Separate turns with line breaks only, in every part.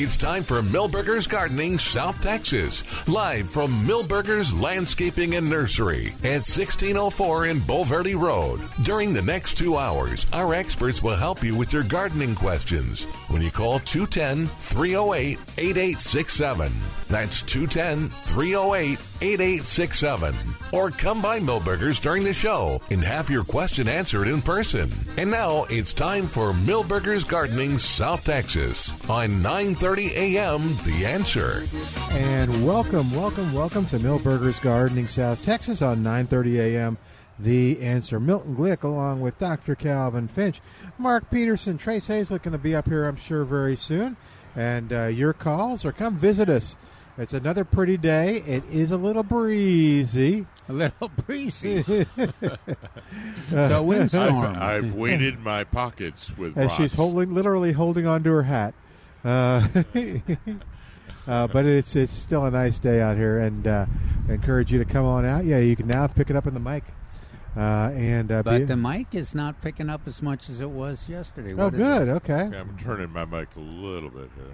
It's time for Millburgers Gardening South Texas, live from Millburgers Landscaping and Nursery at 1604 in Bolverde Road. During the next two hours, our experts will help you with your gardening questions when you call 210 308 8867. That's 210 308 8867. Or come by Millburgers during the show and have your question answered in person. And now it's time for Millburgers Gardening South Texas on 9:30 a.m. The Answer.
And welcome, welcome, welcome to Millburgers Gardening South Texas on 9:30 a.m. The Answer. Milton Glick along with Dr. Calvin Finch, Mark Peterson, Trace Hazlett going to be up here, I'm sure, very soon. And uh, your calls or come visit us. It's another pretty day. It is a little breezy.
A little breezy. so windstorm.
I've, I've weighted my pockets with
as she's
rocks.
holding, literally holding onto her hat. Uh, uh, but it's it's still a nice day out here, and uh, I encourage you to come on out. Yeah, you can now pick it up in the mic, uh, and uh, be,
but the mic is not picking up as much as it was yesterday.
oh,
What is
good,
it?
okay,
I'm turning my mic a little bit. Here.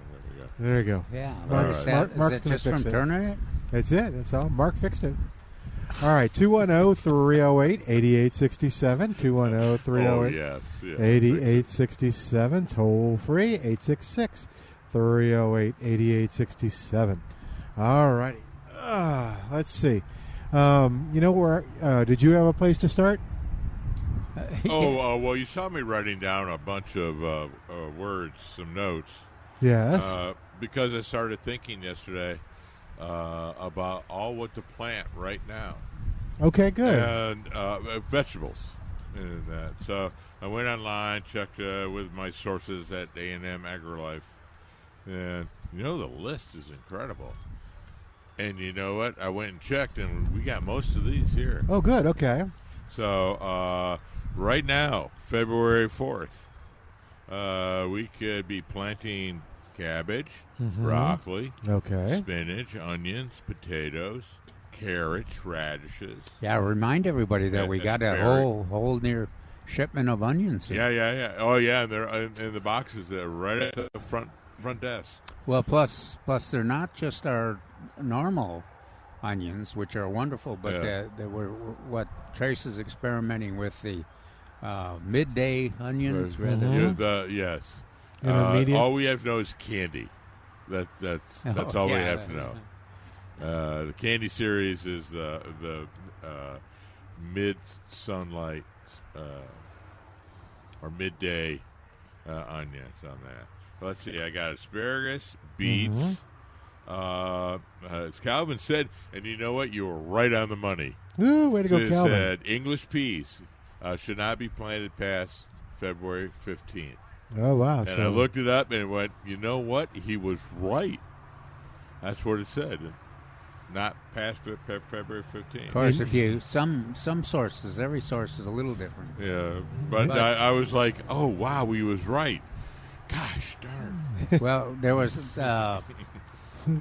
There we go.
there you go.
Yeah. what
Mark-
is that?
Mark-
Is
Mark's
that
gonna
just from
fix it.
turning it?
That's it. That's all. Mark fixed it. All right, oh, 210 308 8867. 210
Oh
308
yes, yeah,
8867 toll free 866 308 8867 all righty uh, let's see um, you know where uh, did you have a place to start
Oh uh, well, you saw me writing down a bunch of uh, uh, words, some notes,
yes
uh, because I started thinking yesterday uh, about all what to plant right now
okay good
and uh, uh, vegetables and that. So I went online, checked uh, with my sources at A and M AgriLife, and you know the list is incredible. And you know what? I went and checked, and we got most of these here.
oh good okay
So uh, right now, February fourth, uh, we could be planting cabbage, broccoli,
Mm-hmm. okay
spinach, onions, potatoes, carrots, radishes.
Yeah. Remind everybody that we
Yeah,
got a
it's
whole whole near shipment of onions. Here.
Yeah, yeah, yeah. Oh, yeah. And they're in, in the boxes there, right at the front front desk.
Well, plus plus they're not just our normal onions, which are wonderful, but
Yeah.
uh, they were what Trace is experimenting with the uh, midday onions rather.
Yeah, the- yes. Uh,
Mm-hmm. Intermediate.
all we have to know is candy. That that's
Oh,
that's all we
yeah,
have to
that-
know. Uh, the candy series is the the uh, mid sunlight uh, or midday uh, onions on that. Let's see. I got asparagus, beets.
Mm-hmm.
Uh, as Calvin said, and you know what? You were right on the money.
Ooh, way to go
It
calvin
said uh, English peas uh, should not be planted past February 15th.
oh wow
And
so
I looked it up and it went, you know what? He was right. That's what it said. Not past Fe- Fe- February 15th.
Of course, if you some some sources, every source is a little different.
Yeah, but,
But-
I, I was like, oh, wow, he was right. Gosh darn.
well, there was uh,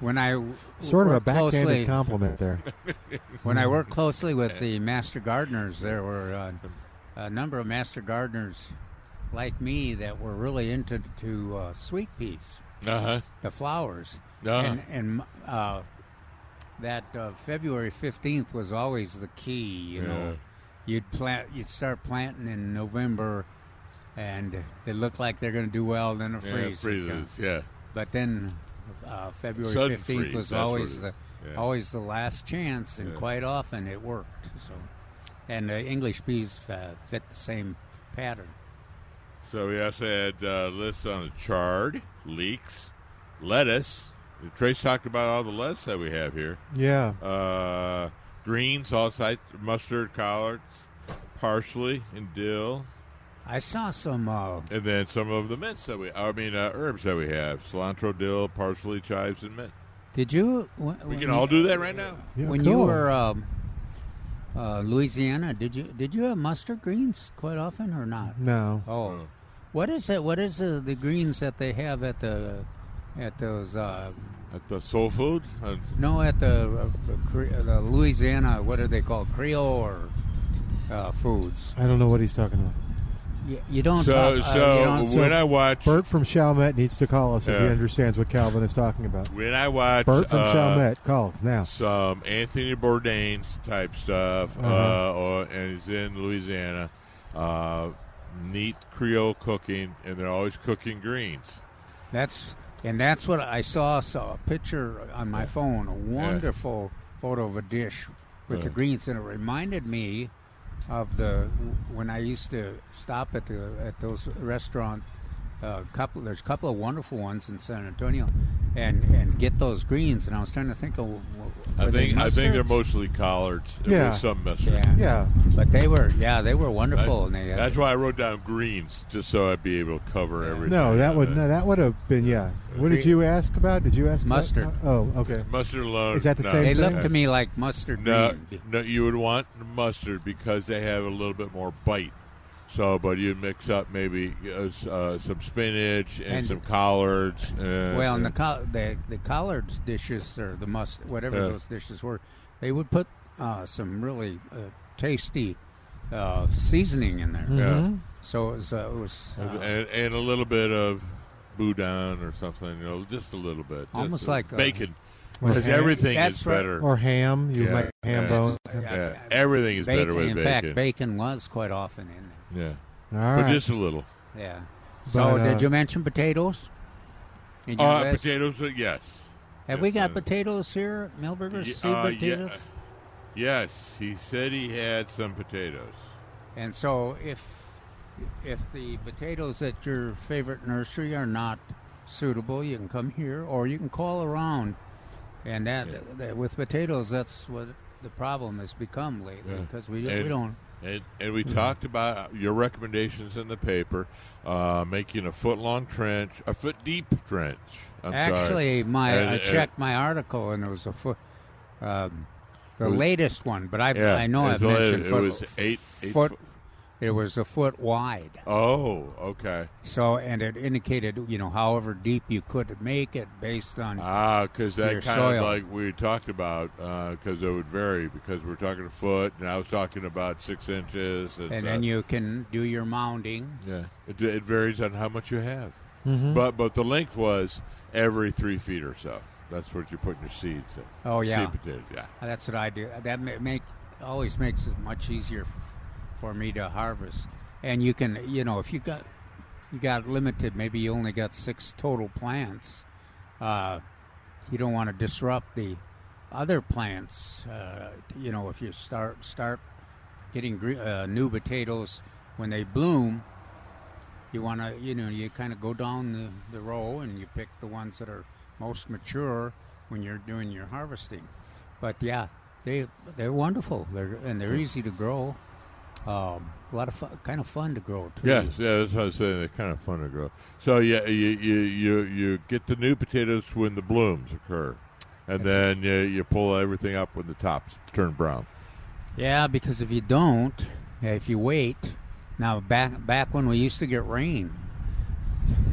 when I w-
sort of a
worked
backhanded
closely,
compliment there
when I
Hmm.
worked closely with the master gardeners. There were uh, a number of master gardeners like me that were really into to uh, sweet peas,
Uh huh.
the flowers,
Ah.
and, and uh, that uh, February fifteenth was always the key. You know, you'd plant, you'd start planting in November. And they look like they're going to do well, then a
Yeah,
freeze. would come.
freezes. Yeah.
But then
Sudden
uh, February fifteenth
freeze,
was
that's what
always
it is.
the
Yeah.
always the last chance, and
Yeah.
quite often it worked. So, and the English bees uh, fit the same pattern.
So we also had uh, lists on the chard, leeks, lettuce. Trace talked about all the lettuce that we have here.
yeah
uh, greens, all sides, mustard, collards, parsley, and dill,
I saw some. Uh,
and then some of the mints that we, I mean, uh, herbs that we have: cilantro, dill, parsley, chives, and mint.
did you? When,
We
when
can
you-
all do that right now.
Yeah,
when you
cool.
were um, uh, Louisiana. Did you did you have mustard greens quite often or not?
no
Oh, what is it? What is uh, the greens that they have at the at those? Uh,
At the soul food, uh,
No, at the, uh, Cre- the Louisiana, what are they called, Creole or uh, foods?
i don't know what he's talking about
You, you don't.
So,
talk, uh, you
so
don't-
so-
when I watch,
Bert from Chalmette needs to call us if he
Yeah.
understands what Calvin is talking about.
when I watch
Bert from
uh,
Chalmette, call us now.
some Anthony Bourdain type stuff, uh
Uh-huh.
or, and he's in Louisiana. Uh, neat Creole cooking, and they're always cooking greens.
That's and that's what I saw. Saw a picture on my phone, a wonderful photo of a dish with the
Yeah.
greens, and it reminded me of the when I used to stop at the at those restaurant. Uh, couple there's a couple of wonderful ones in San Antonio, and and get those greens. And I was trying to think of w-
I
were they
think I think they're
mustards?
mostly collards. with
Yeah.
some mustard.
yeah.
Yeah.
but they were yeah they were
That-
wonderful. and they had-
that's why I wrote down greens, just so I'd be able to cover everything.
No, that
Uh,
would no, that would have been yeah. What did
Green-
you ask about? Did you ask about-
Mustard.
Oh, okay.
mustard alone.
Is that the
no.
same
they
thing?
looked to me like mustard
No,
green.
no, you would want mustard because they have a little bit more bite. So, but you mix up maybe uh, s- uh, some spinach and,
And-
some collards. And,
Well, and the col- the the collard dishes or the must whatever
Yeah.
those dishes were, they would put uh, some really uh, tasty uh, seasoning in there.
Mhm.
So it was uh, it was uh,
and, and a little bit of boudin or something, you know, just a little bit, Just
Almost
a-
like, uh,
bacon,
Was
because
ham-
everything
That's
is
right.
better.
Or ham? You
Yeah.
like ham
Yeah.
bone?
yeah, everything is better
bacon.
with
in
bacon.
fact, bacon was quite often in there.
yeah,
All
but
right.
just a little.
Yeah. So
But, uh,
did you mention potatoes? In your
Uh,
list?
potatoes, uh, yes.
Have we
yes,
got
uh,
potatoes here, Millburgers?
Ye-
seed
uh, ye-
potatoes.
Yes, he said he had some potatoes.
And so, if if the potatoes at your favorite nursery are not suitable, you can come here or you can call around. And that,
Yeah.
that- with potatoes, that's what the problem has become lately
Yeah.
because we, we
Uh, And-
don't.
And, and we talked about your recommendations in the paper, uh, making a foot long trench, a foot deep trench. I'm sorry.
Actually, my
Uh,
I
uh,
checked my article and it was a foot, um, the
It was-
latest one, but I
Yeah,
I know
it
I've
was-
mentioned
it
foot,
was eight- eight
foot,
foot-
It was a foot wide.
Oh, okay.
So and it indicated you know however deep you could make it based on
Ah, because that
Your
kind
soil.
of like we talked about, because it would vary because we're talking a foot, and I was talking about six inches. And,
and
so-
then you can do your mounding.
Yeah, it, it varies on how much you have.
Mm-hmm.
But but the link was every three feet or so. That's what you're putting your seeds in.
Oh, yeah. Uh,
seed potatoes. Yeah,
That's what I do. That ma- make always makes it much easier f- for me to harvest. And you can, you know, if you got you got limited, maybe you only got six total plants. Uh, you don't want to disrupt the other plants. Uh, you know, if you start start getting gre- uh, new potatoes when they bloom, you want to, you know, you kind of go down the, the row and you pick the ones that are most mature when you're doing your harvesting. But yeah, they they're wonderful. They're and they're easy to grow. Um, a lot of fun, kind of fun to grow too.
yes, yeah. That's what I was saying. They're kind of fun to grow. So yeah, you you you, you get the new potatoes when the blooms occur, and then you, you pull everything up when the tops turn brown.
Yeah, because if you don't, if you wait, now back back when we used to get rain,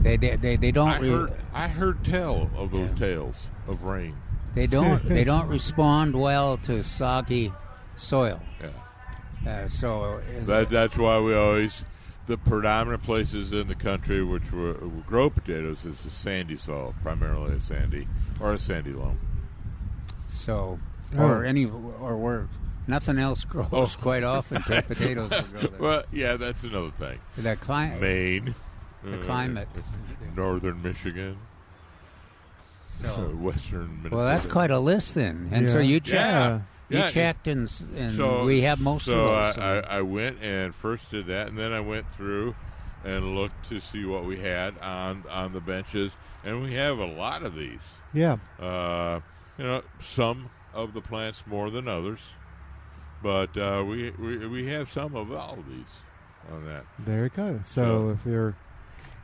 they they they, they don't
I
re-
heard I heard tell of those tales of rain.
they don't they don't respond well to soggy soil.
Yeah.
Uh, so is-
That, that's why we always the predominant places in the country which were, will grow potatoes is the sandy soil, primarily a sandy or a sandy loam.
so
Oh.
or any or where nothing else grows
Oh.
quite often. to potatoes will grow there.
Well, yeah, that's another thing.
the climate,
Maine, Uh,
the climate.
northern Michigan, uh,
So
western Minnesota.
well, that's quite a list then. And so
Yeah.
you checked,
yeah.
you
yeah.
checked, and s- and
So
we have most
so
of those.
I, I, I went and first did that, and then I went through and looked to see what we had on on the benches, and we have a lot of these.
yeah.
Uh, you know, some of the plants more than others, but uh, we, we we have some of all of these on that.
There it goes. So
So-
if you're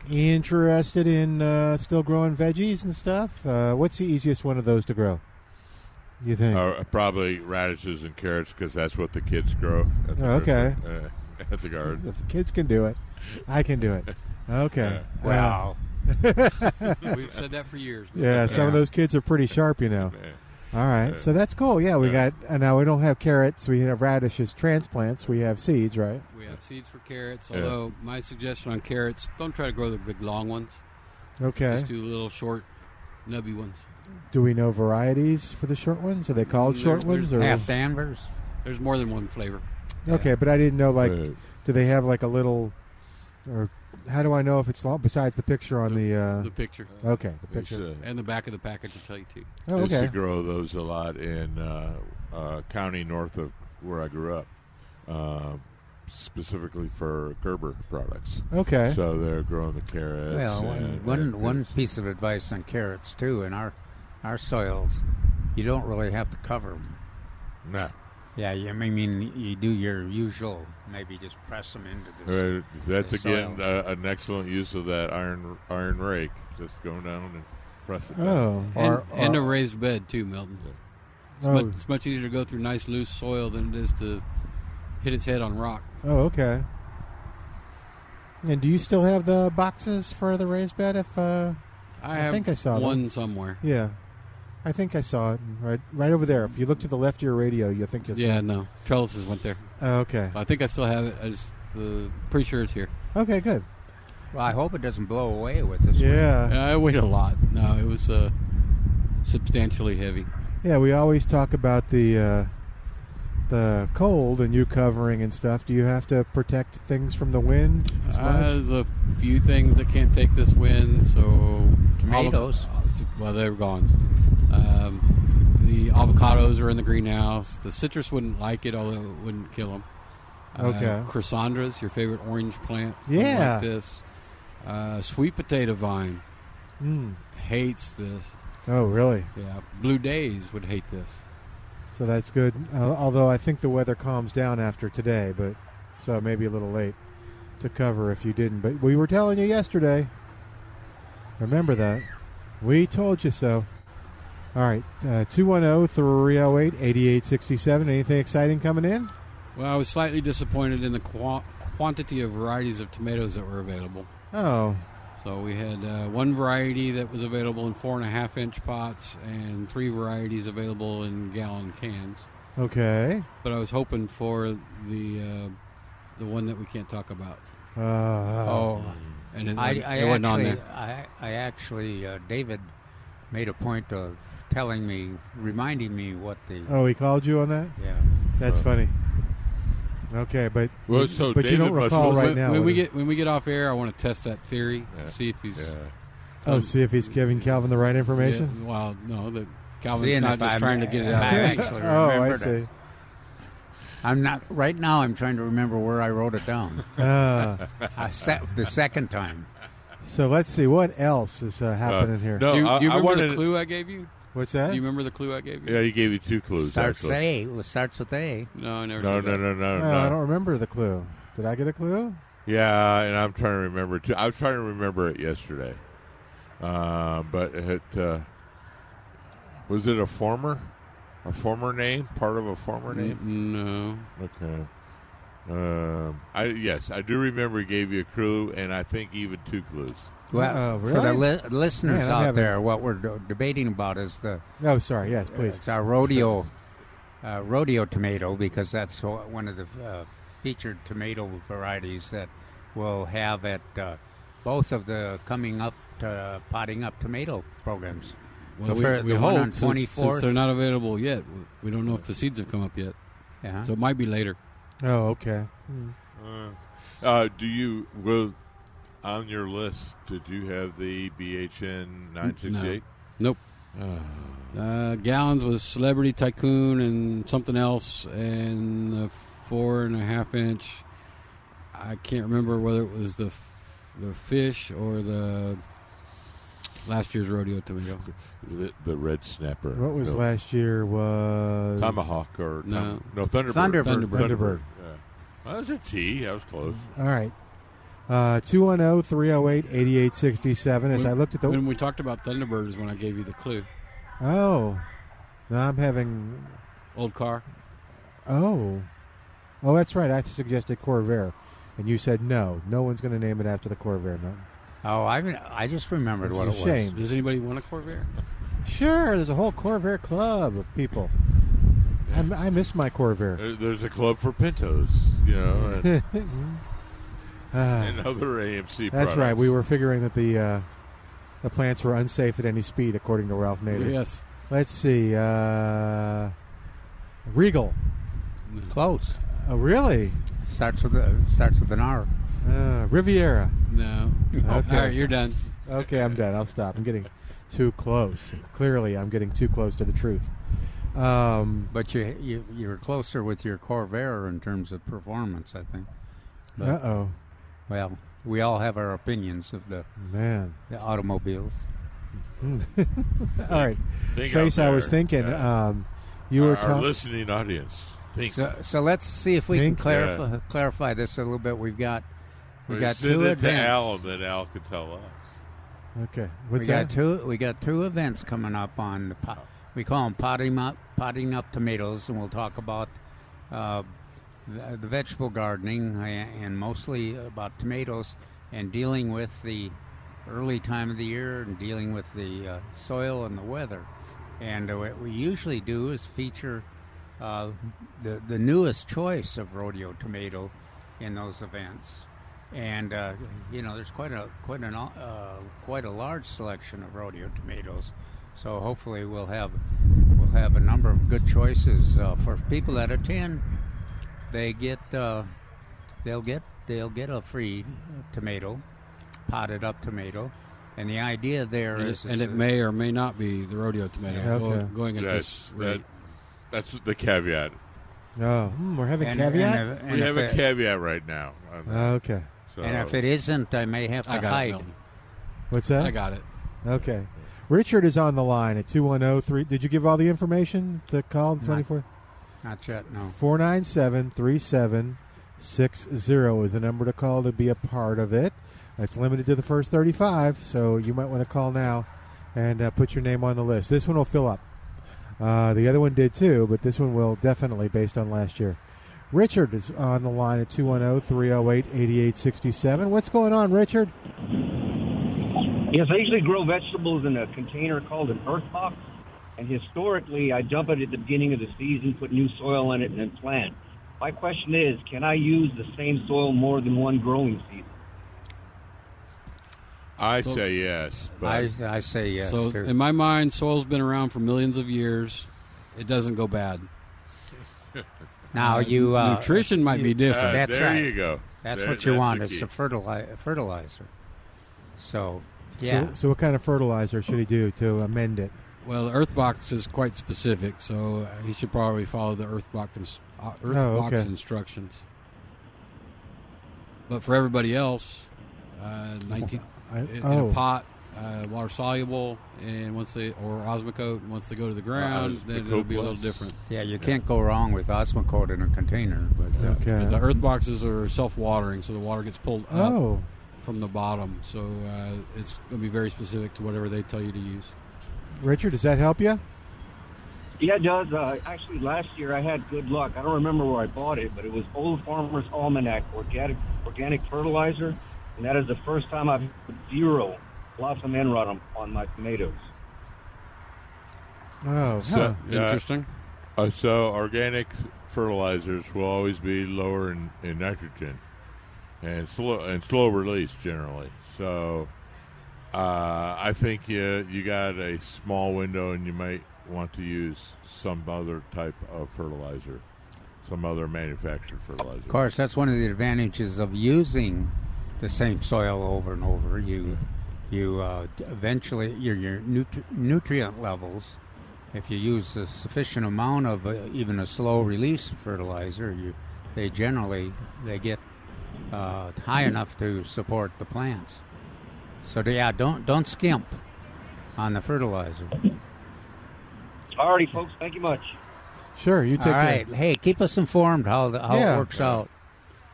interested in uh, still growing veggies and stuff, uh, what's the easiest one of those to grow? You think?
Uh, probably radishes and carrots because that's what the kids grow. At the
Oh, okay.
nursery, uh, at the garden.
If the kids can do it, I can do it. Okay. Uh,
wow.
We've said that for years.
yeah, some of
Yeah.
those kids are pretty sharp, you know.
Yeah.
Uh, All right, so that's cool. Yeah, we
Yeah.
got. And now we don't have carrots. We have radishes, transplants. We have seeds, right?
We have seeds for carrots.
Yeah.
Although my suggestion on carrots, don't try to grow the big long ones.
Okay.
Just do little short, nubby ones.
Do we know varieties for the short ones? Are they called
There-
Oh, short
there's
ones? Or
Half Danvers.
There's more than one flavor.
okay, but I didn't know. Like,
Right.
do they have like a little, or how do I know if it's long? Besides the picture on the. Uh,
The picture
okay, the
It's,
picture.
uh,
and the back of the package will tell you too.
Oh,
used to
okay.
grow those a lot in uh, uh, county north of where I grew up, uh, specifically for Gerber products.
Okay.
So they're growing the carrots.
Well,
and-
one, one,
and-
one piece of advice on carrots too in our our soils, you don't really have to cover them.
Nah.
Yeah, you, I mean you do your usual, maybe just press them into this.
Right, That's
the
again
soil.
uh, an excellent use of that iron iron rake. Just go down and press it. down.
Oh.
And,
Or-
and a
or-
raised bed too, Milton. It's,
Oh.
much, it's much easier to go through nice loose soil than it is to hit its head on rock.
Oh, okay. And do you still have the boxes for the raised bed? If uh,
I
I
have
think I saw them.
one somewhere.
yeah, I think I saw it right right over there. If you look to the left of your radio, you think you'll
Yeah,
see.
no, trellises went there.
Oh, okay.
I think I still have it. I just the pretty sure it's here.
Okay. Good.
Well, I hope it doesn't blow away with this.
Yeah.
I weighed a lot. No, it was uh, substantially heavy.
Yeah, we always talk about the uh, the cold and you covering and stuff. Do you have to protect things from the wind as
Uh,
much?
there's a few things that can't take this wind. So
Tomatoes.
Avo- well, they're gone. Um, the avocados are in the greenhouse. The citrus wouldn't like it, although it wouldn't kill them.
Okay.
Chrysandras, your favorite orange plant. don't
Yeah.
Like this. Uh, sweet potato vine
Mm.
hates this.
Oh, really?
Yeah. Blue days would hate this.
So that's good. Uh, although I think the weather calms down after today, but so maybe a little late to cover if you didn't. But we were telling you yesterday. Remember that. We told you so. All right, uh, 210 308 8867. Anything exciting coming in?
Well, I was slightly disappointed in the qua- quantity of varieties of tomatoes that were available.
Oh,
So we had uh, one variety that was available in four and a half inch pots, and three varieties available in gallon cans.
okay.
But I was hoping for the uh, the one that we can't talk about,
Uh,
Oh,
and it,
I,
it
I
wasn't on
actually,
there.
I, I actually, uh, David made a point of telling me, reminding me what the
Oh, he called you on that?
yeah.
That's
Oh.
funny. Okay, but
Well, so
but you
David
don't
must
recall
listen-
right
when,
now.
when we
whether-
get when we get off air, I want to test that theory,
Yeah.
see if he's
Yeah.
oh, see if he's giving Calvin the right information.
Yeah, well, no, that Calvin's
Seeing
not
if
just
I'm-
trying to get it
if
out.
I'm
there.
actually
oh, I
remembered
see.
it. I'm not right now. I'm trying to remember where I wrote it down.
Ah,
I set the second time.
so let's see what else is uh, happening here.
no.
Do you,
I-
do you
I
remember
wanted-
the clue I gave you?
What's
Do
that?
you remember the clue I gave you?
Yeah, he gave you two clues.
starts
actually.
A. Well, starts with A.
No, I never.
No,
said
no,
that.
no, no,
Oh,
no.
I don't remember the clue. Did I get a clue?
Yeah, and I'm trying to remember too. I was trying to remember it yesterday, uh, but it uh, was it a former, a former name, part of a former name.
No.
Mm,
Okay. Um, I yes, I do remember he gave you a clue, and I think even two clues.
Well,
Oh,
for the
really?
li- listeners
Man, I'm
out
having-
there, what we're d- debating about is the uh,
No, Oh, sorry. Yes, please.
it's our rodeo uh, rodeo tomato because that's wha- one of the uh, featured tomato varieties that we'll have at uh, both of the coming up uh, potting up tomato programs.
Well, we,
For
we
the one
hope
on
since- since,
24th.
they're not available yet. We- We don't know if the seeds have come up yet,
Yeah.
so it might be later.
Oh, okay. Hmm.
Uh, uh, do you well on your list? Did you have the BHN nine six eight?
Nope.
Oh.
Uh, gallons was celebrity tycoon and something else, and the four and a half inch. I can't remember whether it was the f- the fish or the last year's rodeo tomato.
The, the red snapper.
What was
No.
last year was
Tomahawk or
No.
Tom- no Thunderbird.
Thunderbird.
Thunderbird.
Thunderbird.
Yeah. Well, that was a T. That was close.
All right. Uh, 210-308-8867. As I looked at the
When we talked about Thunderbird is when I gave you the clue.
Oh. Now I'm having
Old car.
Oh. Oh, that's right. I suggested Corvair. And you said no. No one's going to name it after the Corvair. No.
Oh, I re- I just remembered
Which
what it
is
was.
a shame.
Does anybody want a Corvair?
Sure, there's a whole Corvair club of people. I m I I, miss my Corvair.
There- There's a club for Pintos, you know, and,
Ah,
and other AMC.
that's right.
products.
We were figuring that the uh, the plants were unsafe at any speed, according to Ralph Nader.
Yes.
Let's see. Uh, Regal.
Close.
Oh, really?
Starts with a, starts with an R.
Uh, Riviera.
No.
Okay.
All right, you're done.
Okay, I'm done. I'll stop. I'm getting too close. Clearly, I'm getting too close to the truth. Um,
But you, you you're closer with your Corvair in terms of performance, I think.
uh oh,
Well, we all have our opinions of the,
man.
the automobiles.
hmm. All right,
Think
Trace.
out
I was
there.
thinking
Yeah.
um, you were
our, our
talking.
listening audience. Think.
So, so let's see if we
Think,
can clarify clarify this a little bit. We've got we got two
it to Al,
events.
and then Al could tell us.
Okay, what's
we got
that?
two we got two events coming up on the po- we call them potting up potting up tomatoes, and we'll talk about uh, the, the vegetable gardening a- and mostly about tomatoes and dealing with the early time of the year and dealing with the uh, soil and the weather. And uh, what we usually do is feature uh, the the newest choice of rodeo tomato in those events. And uh, you know, there's quite a quite an uh, quite a large selection of rodeo tomatoes. So hopefully we'll have we'll have a number of good choices uh, for people that attend. They get uh, they'll get they'll get a free tomato, potted up tomato, and the idea there
And
is
it, and it may or may not be the rodeo tomato
Yeah,
go-
okay.
going at
That's
this
that,
rate.
That's the caveat.
Oh, hmm, we're having
and-
caveat.
and if- and
we have
if
a
it-
caveat right now. on that.
okay,
so,
And if it isn't, I may have to
I got it.
hide.
Milton.
what's that?
I got it.
Okay. Richard is on the line at 210 Did you give all the information to call 24?
Not yet, Uh, no.
497 3760 is the number to call to be a part of it. It's limited to the first 35, so you might want to call now and uh, put your name on the list. This one will fill up. Uh, the other one did too, but this one will definitely based on last year. Richard is on the line at 210 308 8867. What's going on, Richard?
Yes, I usually grow vegetables in a container called an earth box. And historically, I dump it at the beginning of the season, put new soil in it, and then plant. My question is can I use the same soil more than one growing season?
I
So-
say yes, but
I, I say yes.
so
too.
in my mind, soil's been around for millions of years. It doesn't go bad.
now you uh,
nutrition might
you-
be
Uh,
different.
that's
there
right.
you go.
That's
There-
what you
that's
want.
the
It's
key.
a fertilizer. fertilizer. So yeah,
So, so what kind of fertilizer should he do to amend it?
Well, the Earth Box is quite specific, so uh, he should probably follow the Earth Box, ins- uh, Earth
Oh,
Box
okay.
instructions. But for everybody else, uh, 19,
I-
in, in
oh.
a pot, uh, water soluble, and once they or osmocote, and once they go to the ground,
Uh,
then
the
it'll be a little
Coplas.
different.
yeah, you can't go wrong with osmocote in a container. But uh,
Okay.
But the Earth Boxes are self-watering, so the water gets pulled up
Oh,
from the bottom. So uh, it's going to be very specific to whatever they tell you to use.
Richard, does that help you?
Yeah, it does. Uh, actually, last year I had good luck. I don't remember where I bought it, but it was Old Farmer's Almanac organic, organic fertilizer. And that is the first time I've put zero blossom end rot on, on my tomatoes.
Oh, huh.
So, uh,
Interesting.
uh, so organic fertilizers will always be lower in, in nitrogen and slow and slow release generally. So uh, I think you you got a small window, and you might want to use some other type of fertilizer, some other manufactured fertilizer.
of course, that's one of the advantages of using the same soil over and over. You you uh, d- eventually your your nutri- nutrient levels. If you use a sufficient amount of uh, even a slow release fertilizer, you they generally they get uh, high enough to support the plants. So yeah, don't don't skimp on the fertilizer.
All righty, folks. Thank you much.
sure. You take
All
care.
right. Hey, keep us informed how the, how
Yeah.
it works out.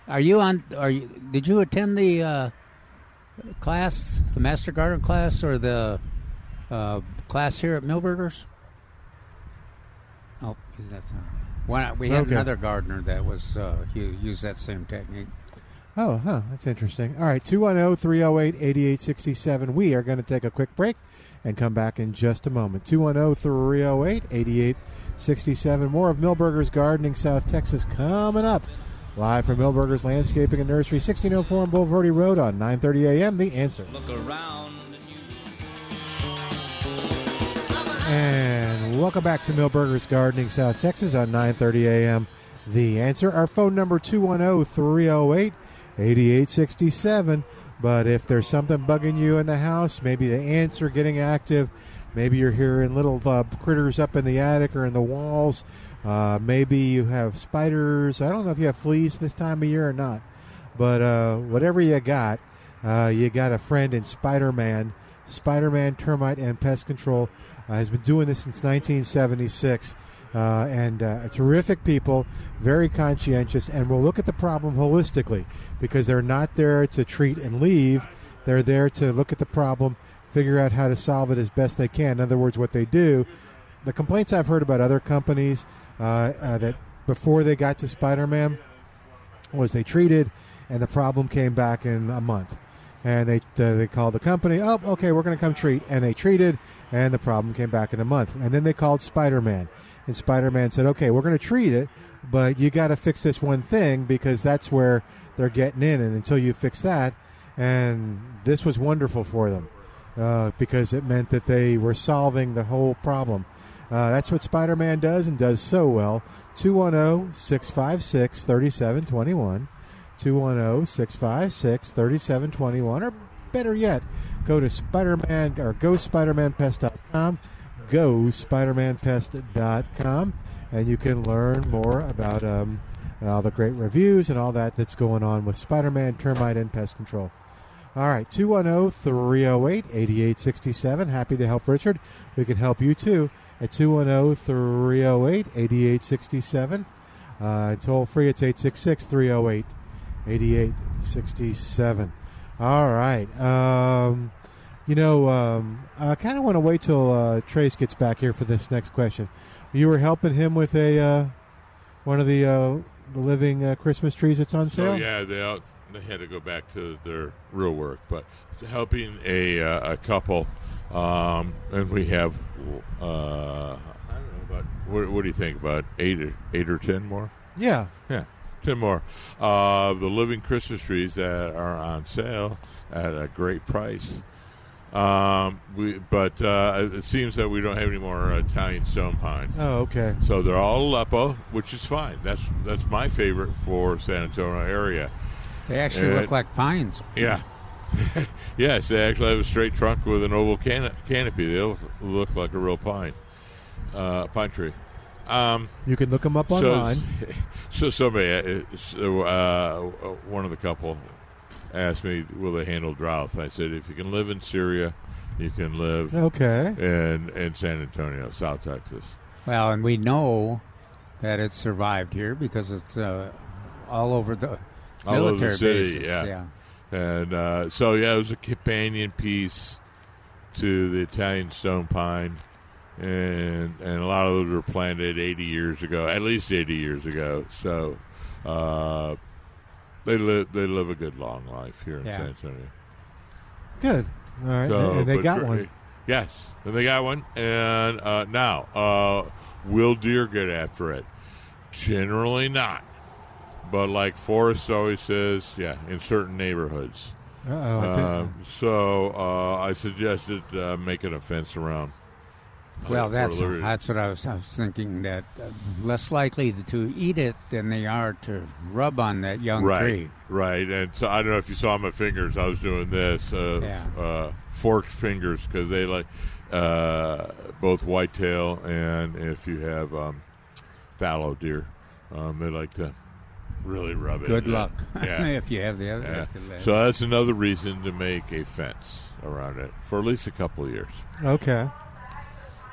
Are you on? Are you? Did you attend the uh, class, the Master Garden class, or the uh, class here at Millburgers? Oh, that's not. Why not? We had
Okay.
another gardener that was uh, he used that same technique.
Oh, huh. That's interesting. All right. 210 308 8867. We are going to take a quick break. and come back in just a moment. oh, 210 308 8867. More of Millburgers Gardening South Texas coming up. Live from Millburgers Landscaping and Nursery, 1604 on Boulevardy Road on 9:30 a.m. The answer.
Look around and you
And welcome back to Millburgers Gardening South Texas on 9:30 a.m. The answer. Our phone number 210-308-8867. But if there's something bugging you in the house, maybe the ants are getting active, maybe you're hearing little uh, critters up in the attic or in the walls, uh, maybe you have spiders. I don't know if you have fleas this time of year or not. But uh, whatever you got, uh, you got a friend in Spider Man. Spider Man Termite and Pest Control uh, has been doing this since 1976. Uh, and uh, terrific people, very conscientious, and will look at the problem holistically because they're not there to treat and leave. They're there to look at the problem, figure out how to solve it as best they can. In other words, what they do the complaints I've heard about other companies uh, uh, that before they got to Spider Man was they treated and the problem came back in a month. And they uh, they called the company. Oh, okay, we're going to come treat. And they treated, and the problem came back in a month. And then they called Spider Man, and Spider Man said, "Okay, we're going to treat it, but you got to fix this one thing because that's where they're getting in. And until you fix that, and this was wonderful for them uh, because it meant that they were solving the whole problem. Uh, that's what Spider Man does and does so well. oh, 210 656 3721. 210 656 3721. Or better yet, go to Spider-Man or go SpidermanPest.com. Go SpidermanPest.com and you can learn more about um, all the great reviews and all that that's going on with Spider Man, termite, and pest control. All right, oh, 210 308 8867. Happy to help Richard. We can help you too at oh, 210 308 8867. Uh, Toll free, it's 866 308 8867. All right. Um, you know, um, I kind of want to wait till uh, Trace gets back here for this next question. You were helping him with a uh, one of the, uh, the living uh, Christmas trees that's on sale?
So Oh, yeah, they all, they had to go back to their real work, but helping a uh, a couple, um, and we have uh, I don't know about what, what do you think about eight or eight or ten more?
Yeah.
Yeah, ten more of the living Christmas trees that are on sale at a great price. Um, we but uh, it seems that we don't have any more Italian stone pine.
Oh, okay.
So they're all Aleppo, which is fine. That's that's my favorite for San Antonio area.
They actually look
It-
like pines.
Yeah. yes, they actually have a straight trunk with an oval can- canopy. They look, look like a real pine, uh, pine tree. Um,
You can look them up online.
so, so somebody, uh, so, uh, one of the couple, asked me, "Will they handle drought?" I said, "If you can live in Syria, you can live
okay.
in in San Antonio, South Texas."
Well, and we know that it's survived here because it's uh, all over the
All over the
military
city,
bases.
yeah. And uh, so, yeah, it was a companion piece to the Italian stone pine, and and a lot of those were planted 80 years ago, at least 80 years ago. So uh, they live they live a good long life here in
Yeah.
San Antonio.
Good. All right.
So,
and they
but
got
gr-
one.
Yes, and they got one. And uh, now, uh, will deer get after it? Generally not. But like Forrest always says, yeah, in certain neighborhoods.
Uh oh.
Uh, so uh, I suggested uh, making a fence around. uh,
Well,
for
that's
Liberty.
that's what I was, I was thinking. That uh, less likely to eat it than they are to rub on that young
right,
tree.
right. And so I don't know if you saw my fingers. I was doing this, uh, f-
Yeah.
uh, forked fingers, because they like uh, both whitetail and if you have um, fallow deer, um, they like to really rub it.
Good
in.
luck
Yeah.
if you have the other.
yeah.
if you-
So that's another reason to make a fence around it for at least a couple of years.
Okay.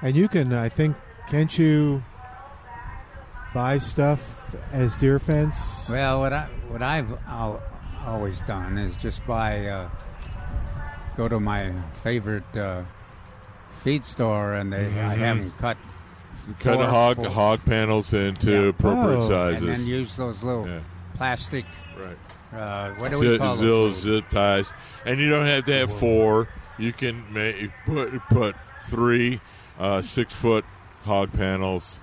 And you can, I think, can't you buy stuff as deer fence?
Well, what I what I've al- always done is just buy uh, go to my favorite uh, feed store, and they I have them cut
Mm-hmm. Cut
four-
hog
four-
hog panels into
Yeah.
appropriate
Oh.
sizes.
and then use those little
Yeah.
plastic.
right.
Uh, what do we
Zip,
call
zil-
those?
zip ties, and you don't have to have four. You can make put put three uh, six foot hog panels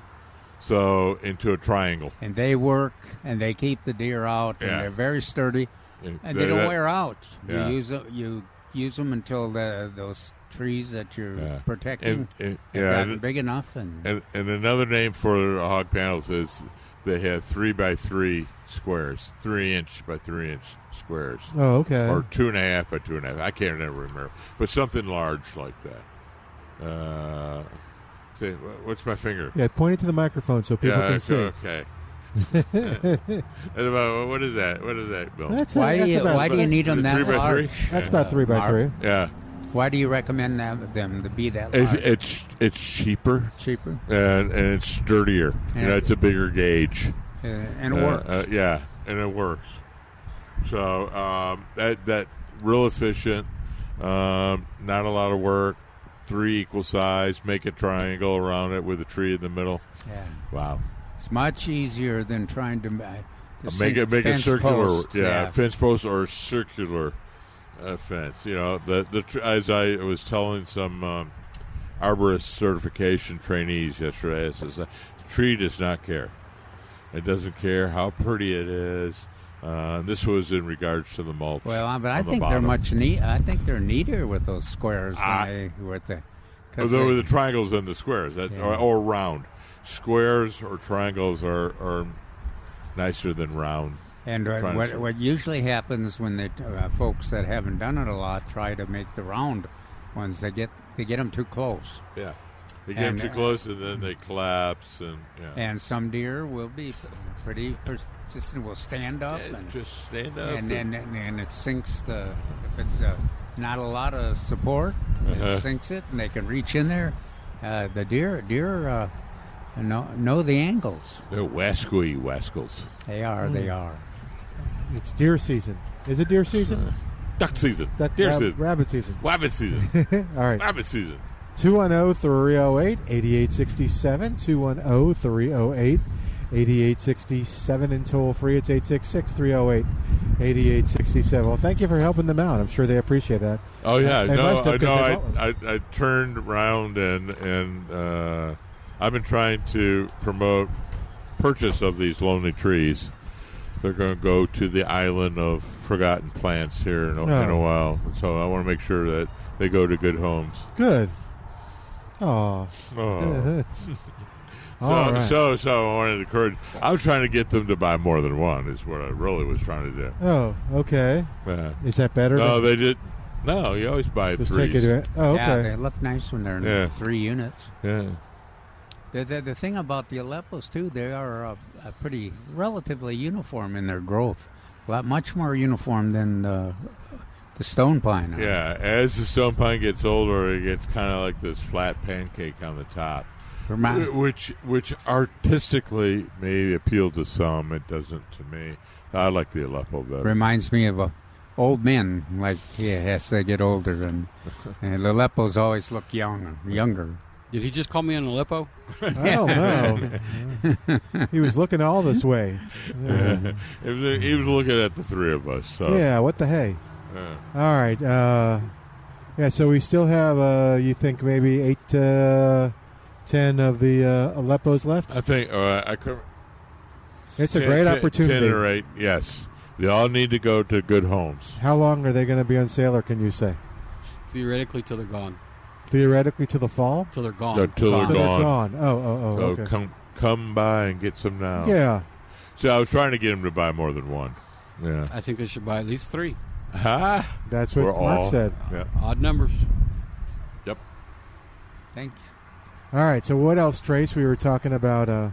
so into a triangle.
and they work and they keep the deer out and
Yeah.
they're very sturdy
And
and they,
that-
don't
that-
wear out.
Yeah.
You use them, you use them until the, those trees that you're
Yeah.
protecting
And, and-
have
yeah,
gotten
and,
big enough and,
and, and another name for hog panels is they have three by three squares, three inch by three inch squares,
Oh, okay.
or two and a half by two and a half. I can't never remember, but something large like that. Uh, see, wh- what's my finger?
yeah, point it to the microphone so people
yeah,
can see.
okay. And about- what is that? What is that, Bill?
That's, a-
why do
that's
you
about,
why do you need
Is it
them that
three by three?
large?
That's about three by
Mark?
three.
Yeah,
Why do you recommend them, them to be that
it's
large?
it's, it's cheaper
cheaper
and, and it's sturdier. You
Yeah.
know, it's a bigger gauge.
uh, and it
Uh,
works.
uh, yeah, and it works. So um, that that real efficient. Um, not a lot of work. Three equal size. Make a triangle around it with a tree in the middle.
yeah.
Wow.
It's much easier than trying to, ma- to
make
sink
it make a
fence
circular.
posts,
yeah, fence post or a circular uh, fence. You know the the tr- as I was telling some um, arborist certification trainees yesterday, I says the tree does not care. It doesn't care how pretty it is. Uh, this was in regards to the mulch.
Well, but I
on the
think they're
bottom.
much neat. I think they're neater with those squares
Ah.
than they with the.
Oh,
'cause
there
they-
were the triangles and the squares, that,
Yeah.
or, or round. Squares or triangles are, are nicer than round.
and uh,
trying to
what,
sort-
what usually happens when the uh, folks that haven't done it a lot try to make the round ones, they get they get them too close,
Yeah, they get 'em
And,
too
uh,
close and then they collapse and yeah.
and some deer will be pretty persistent. Will stand up
Yeah,
and
just stand up.
and then and, and it sinks the if it's uh not a lot of support
Uh-huh.
it sinks it and they can reach in there uh, the deer deer uh, know know the angles
they're wascoey wascals.
they are
Hmm.
they are
It's deer season. Is it deer season?
Duck season.
Duck-
Deer
rab-
season.
Rabbit season.
Rabbit season.
All right.
Rabbit season.
210 308 8867. 210 308 8867. And toll free, it's 866 308 8867. Well, thank you for helping them out. I'm sure they appreciate that.
Oh yeah,
They
no,
must have
I,
'cause
no,
they
I,
bought
I, I turned around and and uh, I've been trying to promote purchase of these lonely trees. They're going to go to the island of forgotten plants here in a, in a
Oh.
while, so I want to make sure that they go to good homes.
Good. Oh.
Oh. So,
All right.
so, so I wanted to encourage. I was trying to get them to buy more than one. Is what I really was trying to do.
oh, okay.
Yeah.
Is that better?
No, they did. No, you always buy
Just
threes.
take it. to- Oh,
yeah
okay.
they look nice when they're in
Yeah.
three units
Yeah.
the, the, the thing about the Aleppos too they are uh, uh, pretty relatively uniform in their growth a lot much more uniform than the, the stone pine are.
Yeah, as the stone pine gets older, it gets kind of like this flat pancake on the top,
Remind-
Wh- which which artistically may appeal to some. It doesn't to me. I like the Aleppo better.
reminds me of uh old men. Like yeah, as they get older, and and the Aleppos always look young, younger.
Did he just call me an Aleppo?
I don't know. Oh, he was looking all this way.
He was, he was looking at the three of us. So
Yeah, what the hey?
uh,
All right. Uh, yeah, so we still have, uh, you think, maybe eight to ten of the uh, Aleppos left?
I think uh, I could.
It's a great
Ten or
opportunity.
eight, yes. They all need to go to good homes.
How long are they going to be on sale, or can you say?
Theoretically, till they're gone.
Theoretically, to the fall?
Till they're gone.
No, till they're
So
gone.
they're gone. Oh, oh, oh.
So
okay.
come come by and get some now.
Yeah.
So I was trying to get him to buy more than one. Yeah.
I think they should buy at least three.
Ha!
That's what
We're
Mark
all-
said.
Yeah.
Odd numbers.
Yep.
Thank you.
All right. So what else, Trace? We were talking about. Uh,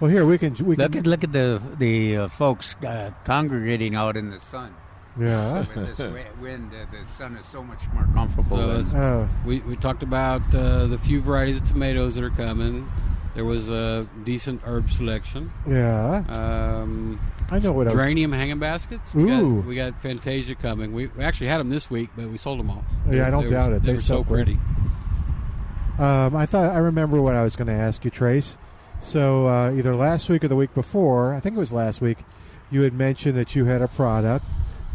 well, here we can. We
Look
can.
at look at the the uh, folks uh, congregating out in the sun.
Yeah.
With this wi- wind, uh, the sun is so much more comfortable.
So
than-
it's-
Oh,
We, we talked about uh, the few varieties of tomatoes that are coming. There was a decent herb selection.
yeah.
Um,
I know what else.
geranium hanging baskets. We
Ooh.
Got, we got Fantasia coming. We, we actually had them this week, but we sold them all.
Yeah, I don't
were-
doubt it.
They,
They
were so
sell quick.
pretty.
Um, I thought I remember what I was going to ask you, Trace. So uh, either last week or the week before, I think it was last week, you had mentioned that you had a product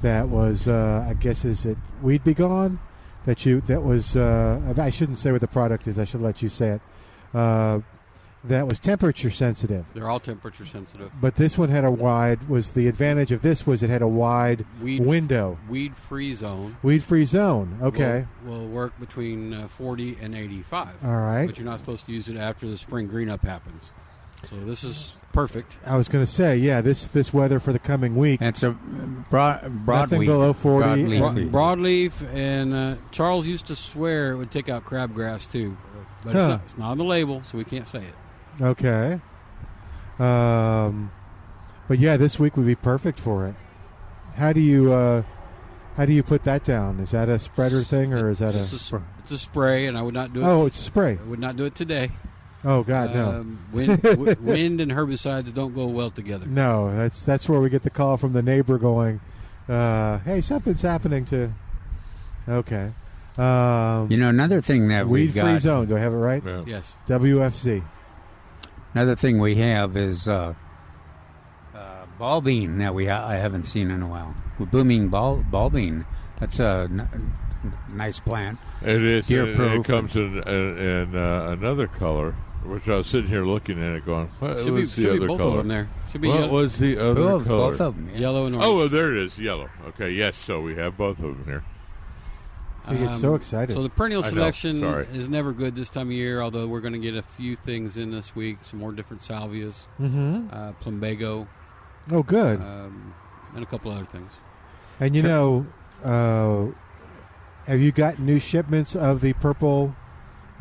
that was, uh, I guess, is it weed be gone that you that was uh, I shouldn't say what the product is. I should let you say it. Uh, that was temperature sensitive.
They're all temperature sensitive.
But this one had a wide was the advantage of this was it had a wide
Weed-
window.
Weed free zone.
Weed free zone. Okay.
Will, will work between uh, 40 and 85.
All right.
But you're not supposed to use it after the spring green up happens. So this is perfect.
I was going to say, yeah, this this weather for the coming week.
That's a broad, broad
Nothing below 40.
Bro-
Leafy.
broadleaf and uh, Charles used to swear it would take out crabgrass too, but it's,
Huh.
not, it's not on the label, so we can't say it.
Okay. Um, but yeah, this week would be perfect for it. How do you uh, how do you put that down? Is that a spreader thing or is that
It's a,
a?
sp- it's a spray, and I would not do it.
Oh, it's a spray.
I would not do it today.
Oh God, no,
Um, wind, w- wind and herbicides don't go well together.
no. That's that's where we get the call from the neighbor going, uh, "Hey, something's happening to." Okay. Um,
You know, another thing that
weed
we've
free
got,
zone. Do I have it right?
Yeah.
Yes,
WFC.
another thing we have is uh, uh, ball bean that we ha- I haven't seen in a while. Blooming ball ball bean. That's a n- nice plant.
It is.
Deer
and it-
proof.
It comes in in, in uh, another color, which I was sitting here looking at it, going, "What
should be,
was
should
the
be
other
both
color?"
of them there. Should be
What
yellow,
was the other
Both,
color?
both of them. yeah.
yellow and orange.
Oh, well, there it is, yellow. Okay, yes. So we have both of them here.
You get so excited.
Um, So the perennial
I know.
selection
Sorry.
is never good this time of year. Although we're going to get a few things in this week, some more different salvias,
Mm-hmm.
uh, plumbago,
Oh, good.
um, and a couple other things.
And you know, uh, have you got new shipments of the purple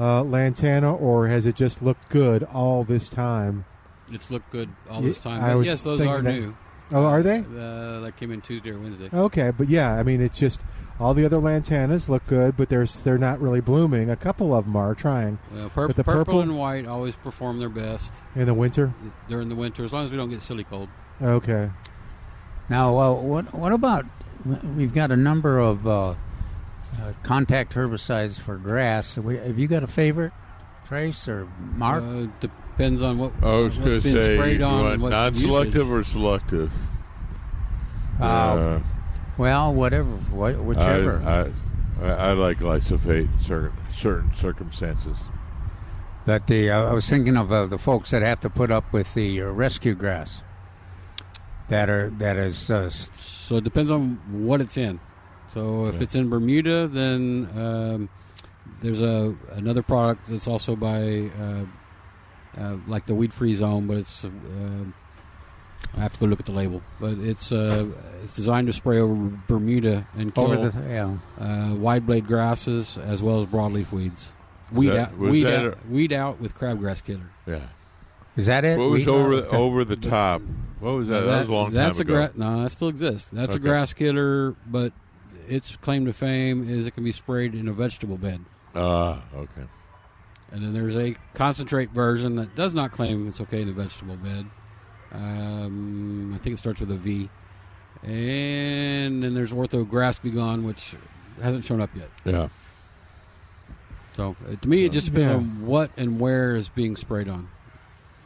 uh, lantana, or has it just looked good all this time?
It's looked good all
Ye-
this time.
I
But
was
yes, those
thinking
are
that-
new.
Oh, are they?
Uh, that came in Tuesday or Wednesday.
Okay, but yeah, I mean, it's just all the other lantanas look good, but there's they're not really blooming. A couple of them are trying
Well, pur-
But the
purple,
purple-
and white always perform their best
in the winter.
during the winter, as long as we don't get silly cold.
Okay,
Now, uh, what what about we've got a number of uh, uh, contact herbicides for grass. We- Have you got a favorite, Trace or Mark?
Uh, depends on what
I was
what's
going to
been
say,
sprayed
do you
on.
want
and what
non-selective
usage.
or selective?
Uh,
Uh,
well, whatever, wh- whichever.
I, I, I like glyphosate in certain, certain circumstances.
but the uh, I was thinking of uh, the folks that have to put up with the uh, rescue grass that are that is uh, s-
So it depends on what it's in. So if
Okay.
it's in Bermuda, then um, there's a another product that's also by uh, uh, like the weed free zone, but it's uh, I have to go look at the label, but it's uh, it's designed to spray over Bermuda and kill
over the yeah.
uh, wide blade grasses as well as broadleaf weeds. Weed
that-
out,
was
weed
that
out, weed out with crabgrass killer.
Yeah.
Is that it?
What was
We-
over the, over the top? What was that? That, was a long
that's
time
a
ago.
gra- no, that still exists. That's
Okay.
a grass killer, but its claim to fame is it can be sprayed in a vegetable bed.
Ah, okay.
And then there's a concentrate version that does not claim it's okay in a vegetable bed. Um, I think it starts with a V. And then there's Ortho Grass Begone, which hasn't shown up yet.
Yeah.
So uh, to me, it just depends
Yeah.
on what and where is being sprayed on.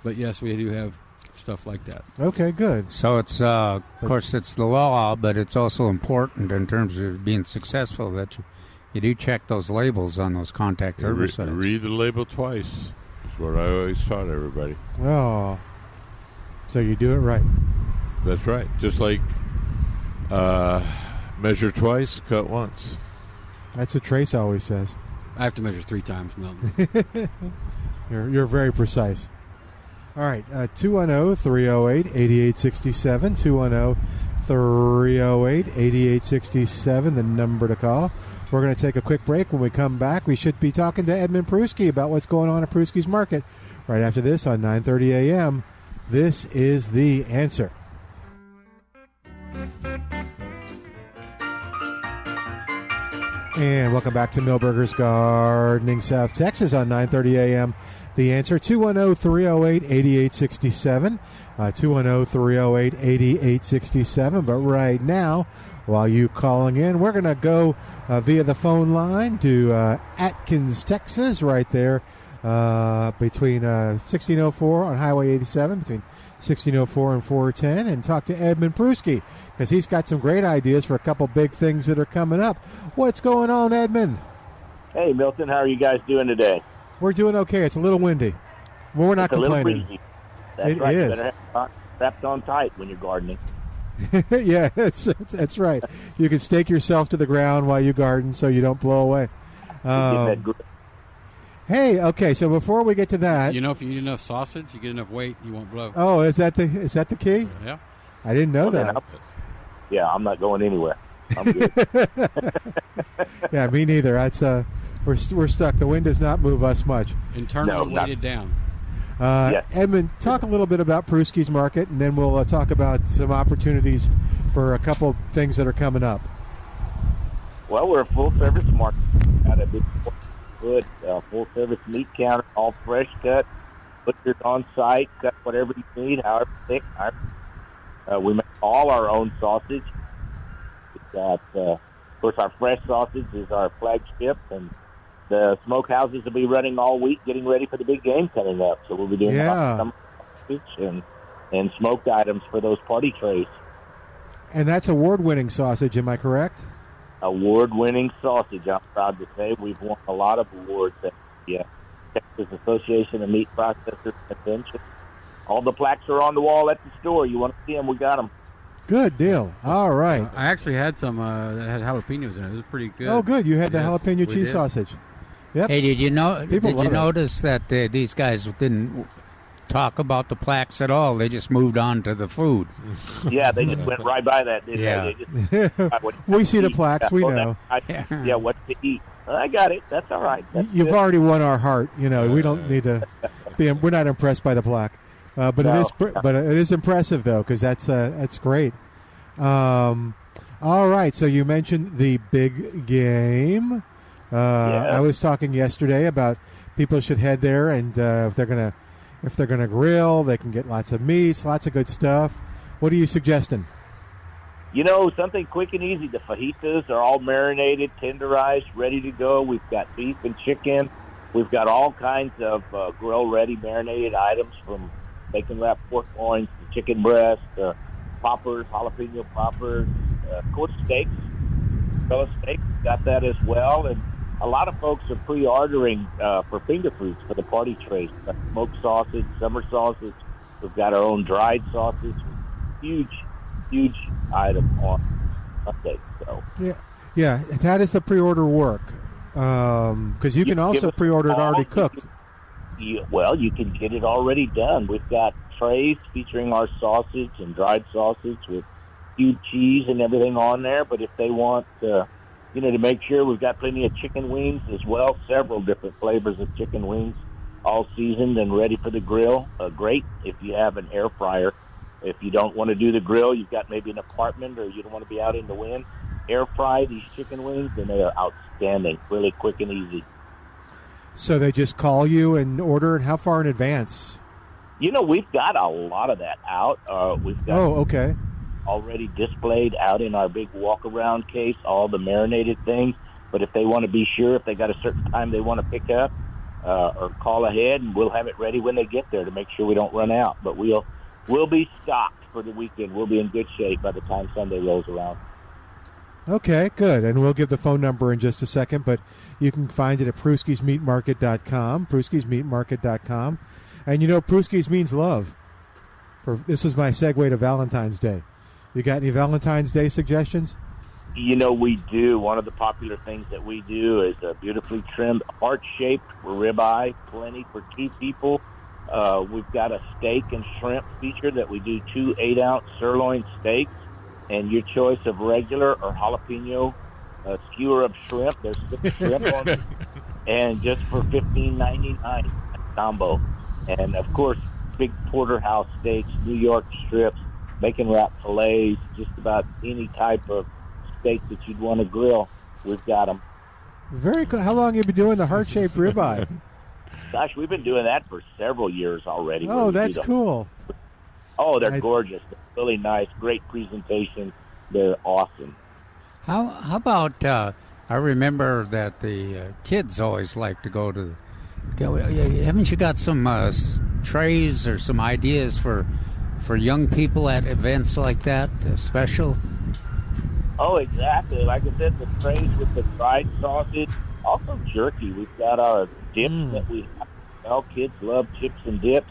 But yes, we do have stuff like that.
okay, good.
So it's, uh, of course, it's the law, but it's also important in terms of being successful that you, you do check those labels on those contact
Re-
herbicides.
read the label twice. Is what I always taught everybody.
Oh, so you do it right.
That's right. Just like uh, measure twice, cut once.
That's what Trace always says.
I have to measure three times, Milton.
You're, you're very precise. All right, uh, 210 308 8867. 210 308 8867, the number to call. We're going to take a quick break. When we come back, we should be talking to Edmund Prusky about what's going on at Prusky's Market right after this on 9.30 a.m. This is The Answer. And welcome back to Millburgers Gardening South Texas on 9:30 a.m. The answer oh, 210-308-8867, uh, 210-308-8867. But right now, while you calling in, we're gonna go uh, via the phone line to uh, Atkins, Texas, right there uh, between uh, 1604 on Highway 87, between 1604 and 410, and talk to Edmund Prusky because he's got some great ideas for a couple big things that are coming up. What's going on, Edmund?
Hey, Milton, how are you guys doing today?
We're doing okay. It's a little windy. Well, we're not
it's a little
complaining.
breezy. That's
It
right. You
is.
better have it strapped on tight when you're gardening.
yeah, that's, that's right. You can stake yourself to the ground while you garden so you don't blow away.
Get
Um,
that grip.
hey, okay. So before we get to that,
You know, if you eat enough sausage, you get enough weight, you won't blow.
oh, is that the is that the key?
Yeah.
I didn't know
Then
that.
I'm- yeah, I'm not going anywhere. I'm good.
Yeah, me neither. That's uh, we're st- we're stuck. The wind does not move us much.
Internal
No, not-
weighted down.
Uh,
Yes.
Edmund, talk a little bit about Prusky's market, and then we'll uh, talk about some opportunities for a couple things that are coming up.
Well, we're a full service market. Got a big foot, uh, full service meat counter, all fresh cut, butchers on site, cut whatever you need, however thick. However. Uh, we make all our own sausage. We've got, uh, of course, our fresh sausage is our flagship, and the smokehouses will be running all week, getting ready for the big game coming up. So we'll be doing
Yeah.
some sausage and and smoked items for those party trays.
And that's award-winning sausage. Am I correct?
award-winning sausage. I'm proud to say we've won a lot of awards at the uh, Texas Association of Meat Processors Convention. All the plaques are on the wall at the store. You want to see them? We got them.
Good deal. All right.
I actually had some uh, that had jalapenos in it. It was pretty good.
Oh, good. You had the
Yes,
jalapeno
we
cheese
did.
sausage. Yep.
Hey, did you know?
People
did
love
you
it.
notice that uh, these guys didn't talk about the plaques at all? They just moved on to the food.
Yeah, they just went right by that, didn't
Yeah.
they? they? Just, I went-
We see the plaques, we
oh,
know.
that's- I, yeah, what to eat? I got it. That's all right. That's
You've
good.
already won our heart. You know, we don't need to be. We're not impressed by the plaque, uh, but it
No.
is. pr- But it is impressive though, because that's uh, that's great. Um, all right. So you mentioned the big game. Uh, I was talking yesterday about people should head there, and uh, if they're gonna if they're gonna grill, they can get lots of meats, lots of good stuff. What are you suggesting?
You know, something quick and easy. The fajitas are all marinated, tenderized, ready to go. We've got beef and chicken. We've got all kinds of uh, grill-ready marinated items from bacon wrap pork loins, to chicken breast, uh, poppers, jalapeno poppers, uh, of course steaks, fellow steaks. Got that as well, and a lot of folks are pre-ordering uh, for finger foods for the party trays. We've got smoked sausage, summer sausage. We've got our own dried sausage. Huge, huge item on Monday. So
Yeah, yeah. How does the pre-order work? Because you
You
can
give
also
us a
pre-order it
call.
already cooked.
You, well, you can get it already done. We've got trays featuring our sausage and dried sausage with huge cheese and everything on there. But if they want, uh, you know, to make sure we've got plenty of chicken wings as well, several different flavors of chicken wings, all seasoned and ready for the grill. Uh, great if you have an air fryer. If you don't want to do the grill, you've got maybe an apartment or you don't want to be out in the wind. Air fry these chicken wings, and they are outstanding. Really quick and easy.
So they just call you and order, and how far in advance?
You know, we've got a lot of that out. Uh, we've got
Oh, okay.
already displayed out in our big walk around case all the marinated things. But if they want to be sure, if they got a certain time they want to pick up uh, or call ahead, and we'll have it ready when they get there to make sure we don't run out. But we'll we'll be stocked for the weekend. We'll be in good shape by the time Sunday rolls around.
Okay, good. And we'll give the phone number in just a second, but you can find it at pruskiesmeatmarket.com, pruskiesmeatmarket.com. And you know, Pruskies means love. For This is my segue to Valentine's Day. You got any Valentine's Day suggestions?
You know, we do. One of the popular things that we do is a beautifully trimmed, heart shaped ribeye, plenty for two people. Uh, we've got a steak and shrimp feature that we do two eight ounce sirloin steaks and your choice of regular or jalapeno uh, skewer of shrimp. There's six shrimp on it. And just for fifteen ninety nine combo. And of course, big porterhouse steaks, New York strips, bacon wrap fillets, just about any type of steak that you'd want to grill. We've got them.
Very good. How long have you been doing the heart shaped ribeye?
Gosh, we've been doing that for several years already. where
oh,
we do
that's
the-
cool.
Oh, they're
I-
gorgeous. They're really nice. Great presentation. They're awesome.
How how about? Uh, I remember that the uh, kids always liked to go to Yeah, well, yeah, yeah. Haven't you got some uh, s- trays or some ideas for for young people at events like that? Uh, special?
Oh, exactly. Like I said, the trays with the fried sausage, also jerky. We've got our dips
Mm.
that we have. Well, kids love chips and dips,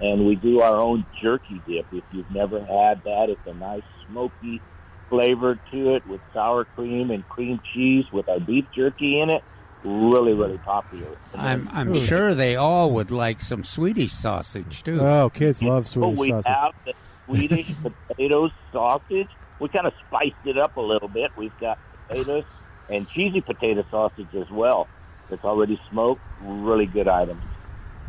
and we do our own jerky dip. If you've never had that, it's a nice smoky flavor to it with sour cream and cream cheese with our beef jerky in it. Really, really popular.
I'm I'm sure they all would like some Swedish sausage too.
Oh, kids love Swedish
But we
sausage.
have the Swedish potato sausage. We kind of spiced it up a little bit. We've got potatoes and cheesy potato sausage as well. It's already smoked. Really good item.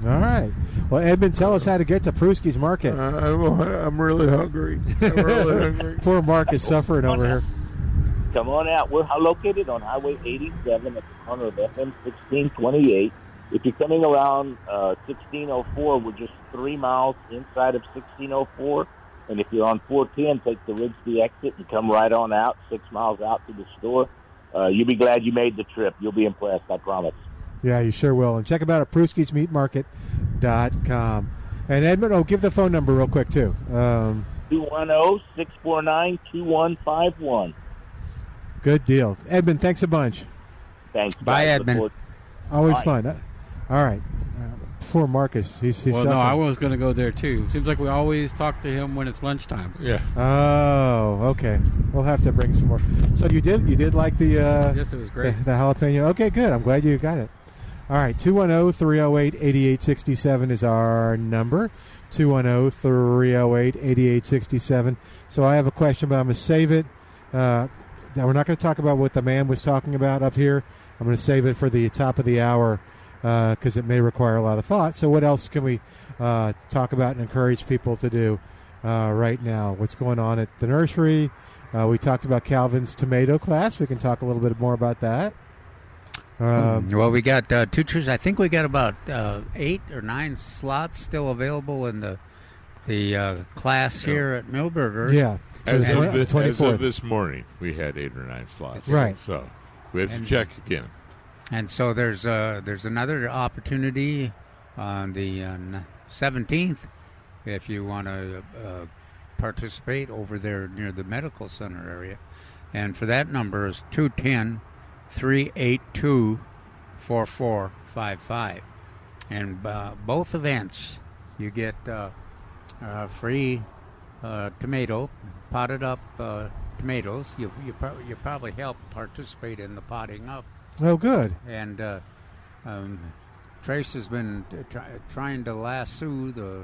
All right. Well, Edmund, tell us how to get to Prusky's Market.
I'm, I'm really hungry. I'm really hungry.
Poor Mark is suffering over here.
Come on out. We're ho- located on Highway 87 at the corner of FM 1628. If you're coming around uh, 1604, we're just three miles inside of 1604. And if you're on 410, take the Rigsby exit and come right on out, six miles out to the store. Uh, you'll be glad you made the trip. You'll be impressed, I promise.
Yeah, you sure will. And check them out at pruskysmeatmarket.com. And Edmund, oh, give the phone number real quick, too. Um,
210 649 2151.
good deal. Edmund, thanks a bunch.
Thanks.
Bye,
guys. Look
Edmund.
forward-
Always
Bye.
fun. Uh, All right. Uh, poor Marcus. He's, he's
Well, no, I
suffering.
was going to go there too. Seems like we always talk to him when it's lunchtime.
Yeah.
Oh, okay. We'll have to bring some more. So you did you did like the uh,
Yes, it was great.
The, the jalapeno. Okay, good. I'm glad you got it. All right, oh, 210-308-8867 is our number. oh, 210-308-8867. So I have a question, but I'm going to save it. Uh, now we're not going to talk about what the man was talking about up here. I'm going to save it for the top of the hour because it may require a lot of thought. So what else can we uh, talk about and encourage people to do uh, right now? What's going on at the nursery? Uh, we talked about Calvin's tomato class. We can talk a little bit more about that. Um,
Hmm,
well, we got uh, two tours. I think we got about uh, eight or nine slots still available in the the uh, class here at Millburger.
yeah. for
As,
the
of
twen-
this, as
24th.
of this morning, we had eight or nine slots.
Right.
So we have
And-
to check again.
And so there's uh, there's another opportunity on the seventeenth if you want to uh, participate over there near the medical center area. And for that number is 210-382-4455. And uh, both events, you get uh, uh, free uh, tomato, potted up uh, tomatoes. You you, pro- you probably help participate in the potting up
oh, good.
and uh, um, Trace has been t- try, trying to lasso the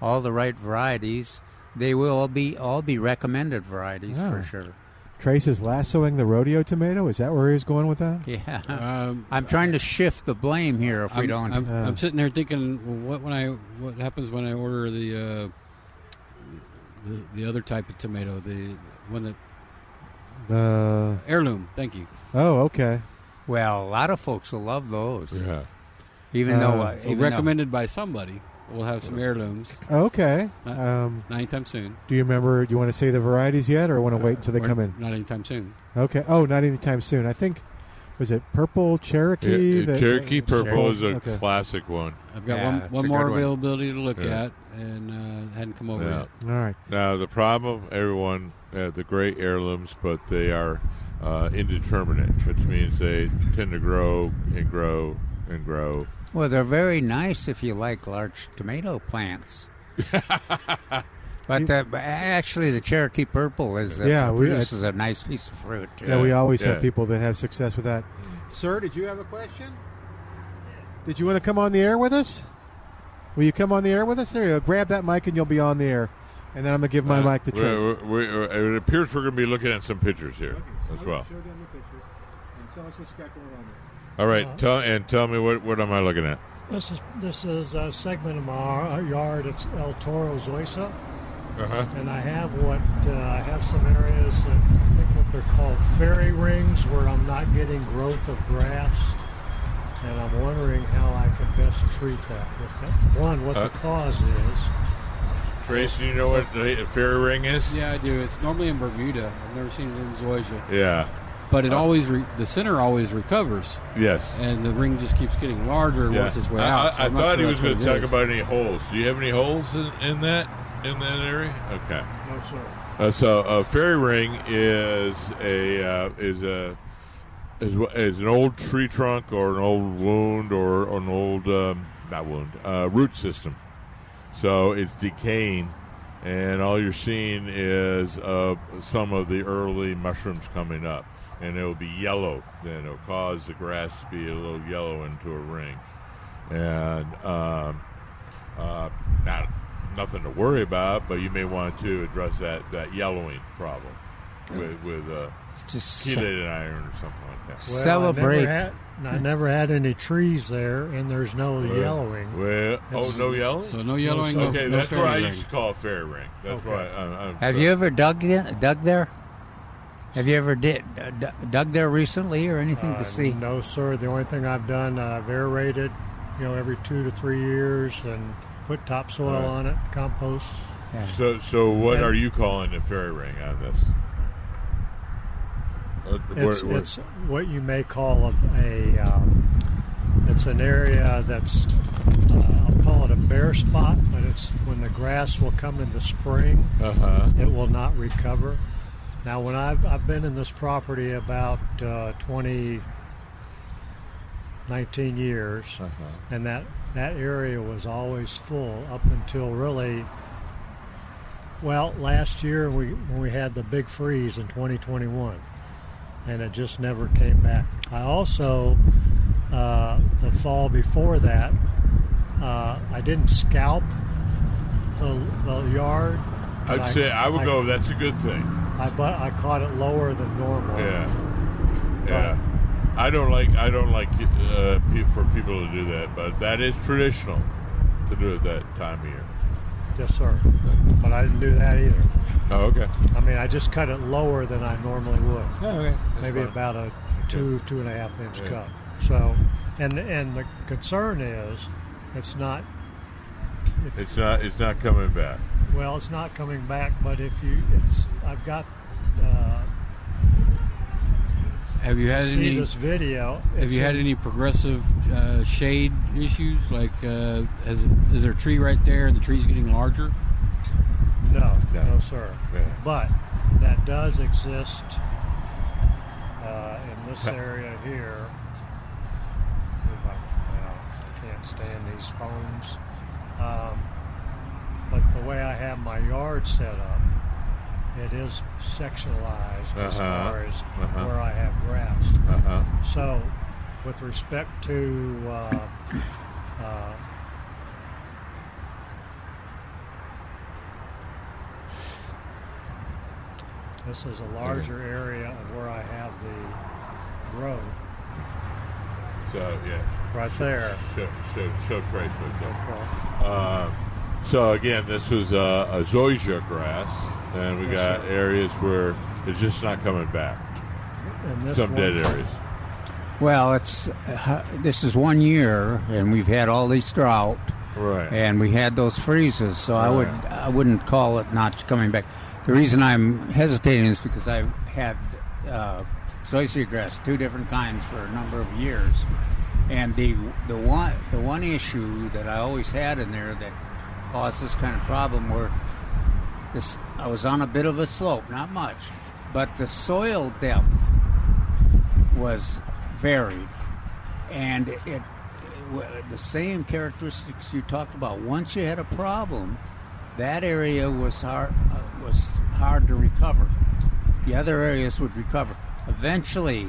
all the right varieties. They will all be all be recommended varieties
Oh.
for sure.
Trace is lassoing the rodeo tomato. Is that where he was going with that?
Yeah,
Um,
I'm trying to shift the blame here if we
I'm,
don't.
I'm,
Uh.
I'm sitting there thinking, well, what when I what happens when I order the, uh, the the other type of tomato, the one that
Uh,
heirloom. Thank you.
oh, okay.
well, a lot of folks will love those,
Yeah.
even
Uh,
though uh,
So
even though-
recommended by somebody. We'll have some heirlooms
Okay.
Uh,
Um,
not anytime soon. Uh,
do you remember? Do you want to say the varieties yet, or want to wait until they
Or
come in?
Not anytime soon.
Okay. Oh, not anytime soon. I think was it purple Cherokee?
Yeah,
that-
Cherokee Purple is a
Okay.
classic one.
I've got
Yeah,
one
it's
one
a
more
good one.
availability to look
Yeah.
at, and uh, hadn't come over
Yeah.
yet.
All right.
Now the problem, everyone, uh, the great heirlooms, but they are uh, indeterminate, which means they tend to grow and grow and grow.
well, they're very nice if you like large tomato plants. But the, but actually, the Cherokee Purple is a,
Yeah, we-
produces a nice piece of fruit.
Yeah, we always
Yeah.
have people that have success with that. Sir, did you have a question? Did you want to come on the air with us? Will you come on the air with us? There you go. Grab that mic and you'll be on the air. And then I'm gonna give my mic to
We-
Trace.
we- we- it appears we're going to be looking at some pictures here as well.
Tell us what you got going on
All right,
Uh-huh.
tell and tell me what what am I looking at?
This is this is a segment of our, our yard. It's El Toro Zoysa,
Uh-huh.
and I have what uh, I have some areas that I think what they're called fairy rings, where I'm not getting growth of grass, and I'm wondering how I can best treat that. What that- One, what
Uh,
the cause is.
Trace, do you know what the fairy ring is?
Yeah, I do. It's normally in Bermuda. I've never seen it in Zoysia.
Yeah.
but
Uh,
it always re- the center always recovers,
Yes.
and the ring just keeps getting larger and
Yeah.
works its way
I- I-
out. So
I,
I'm not
thought
sure
he was
that's what
going to
it
talk
is.
about any holes. Do you have any holes in, in that in that area? Okay.
No, sir.
Uh, so a fairy ring is a uh, is a is, wh- is an old tree trunk or an old wound or, or an old um, not wound uh, root system. So it's decaying, and all you're seeing is uh, some of the early mushrooms coming up, and it will be yellow. Then it'll cause the grass to be a little yellow into a ring, and. Um, uh, not nothing to worry about, but you may want to address that, that yellowing problem with with uh,
Just
chelated iron or something like that.
Well,
Celebrate.
I never, had, I never had any trees there, and there's no yellowing.
Well, oh no yelling.
So no yelling. no-
okay,
no
that's
fairy
what I
ring.
used to call a fairy ring. That's
Okay.
why. I, I,
Have you ever dug in, dug there? Have you ever did uh, d- dug there recently or anything
Uh,
to see?
No, sir. The only thing I've done, uh, I've aerated, you know, every two to three years, and put topsoil
Right.
on it, compost.
So so what
Yeah.
are you calling a fairy ring on this? Uh,
It's,
where- where-
it's what you may call a. a uh, it's an area that's. Uh, I'll call it a bare spot, but it's when the grass will come in the spring.
uh-huh.
it will not recover. Now, when I've, I've been in this property about uh, 20, 19 years,
Uh-huh.
and that, that area was always full up until really, well, last year we, when we had the big freeze in 2021, and it just never came back. I also, uh, the fall before that, uh, I didn't scalp the, the yard. but
I'd say I would go. That's a good thing.
I bu- I caught it lower than normal.
Yeah, yeah. I don't like I don't like uh, pe- for people to do that, but that is traditional to do it that time of year.
Yes, sir. But I didn't do that either.
Oh, okay.
I mean, I just cut it lower than I normally would. Maybe
fine.
about a two two and a half inch cut. So, and and the concern is, it's not
It's not it's not coming back.
well, it's not coming back. But if you, it's I've got uh,
Have you had
see
any?
this video.
Have
It's
you had
in-
any progressive uh, shade issues? Like, uh, has, is there a tree right there, and the tree's getting larger?
No,
No.
no, sir.
Yeah.
But that does exist uh, in this area here. If I, well, I can't stand these phones. Um, but the way I have my yard set up, it is sectionalized as
Uh-huh,
far as
uh-huh.
where I have grass.
Uh huh.
So, with respect to uh, uh, this is a larger area of where I have the growth
So yeah,
right there.
show show, show trace with
No
that.
problem.
Uh, so again, this was uh, a zoysia grass, and we
Yes,
got
sir.
areas where it's just not coming back.
And this
Some
one,
dead areas.
Well, it's uh, this is one year, and we've had all these drought,
Right.
and we had those freezes. So I would
Right.
I wouldn't call it not coming back. The reason I'm hesitating is because I had uh, zoysia grass, two different kinds, for a number of years, and the the one the one issue that I always had in there that caused this kind of problem were this I was on a bit of a slope, not much, but the soil depth was varied, and it, it wa- the same characteristics you talked about. Once you had a problem, that area was hard uh, was hard to recover. The other areas would recover. Eventually,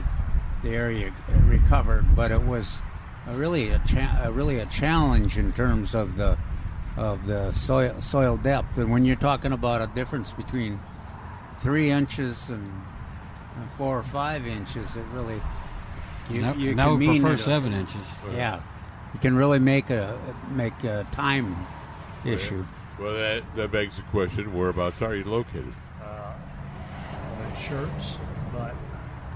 the area recovered, but it was a really a, cha- a really a challenge in terms of the of the soil soil depth. And when you're talking about a difference between three inches and and four or five inches, it really you,
Now-
you
now
can
we
mean
prefer
it-
seven inches.
Yeah, you can really make a make a time issue.
Well, that that begs the question: Whereabouts are you located?
I'm in uh, shirts, but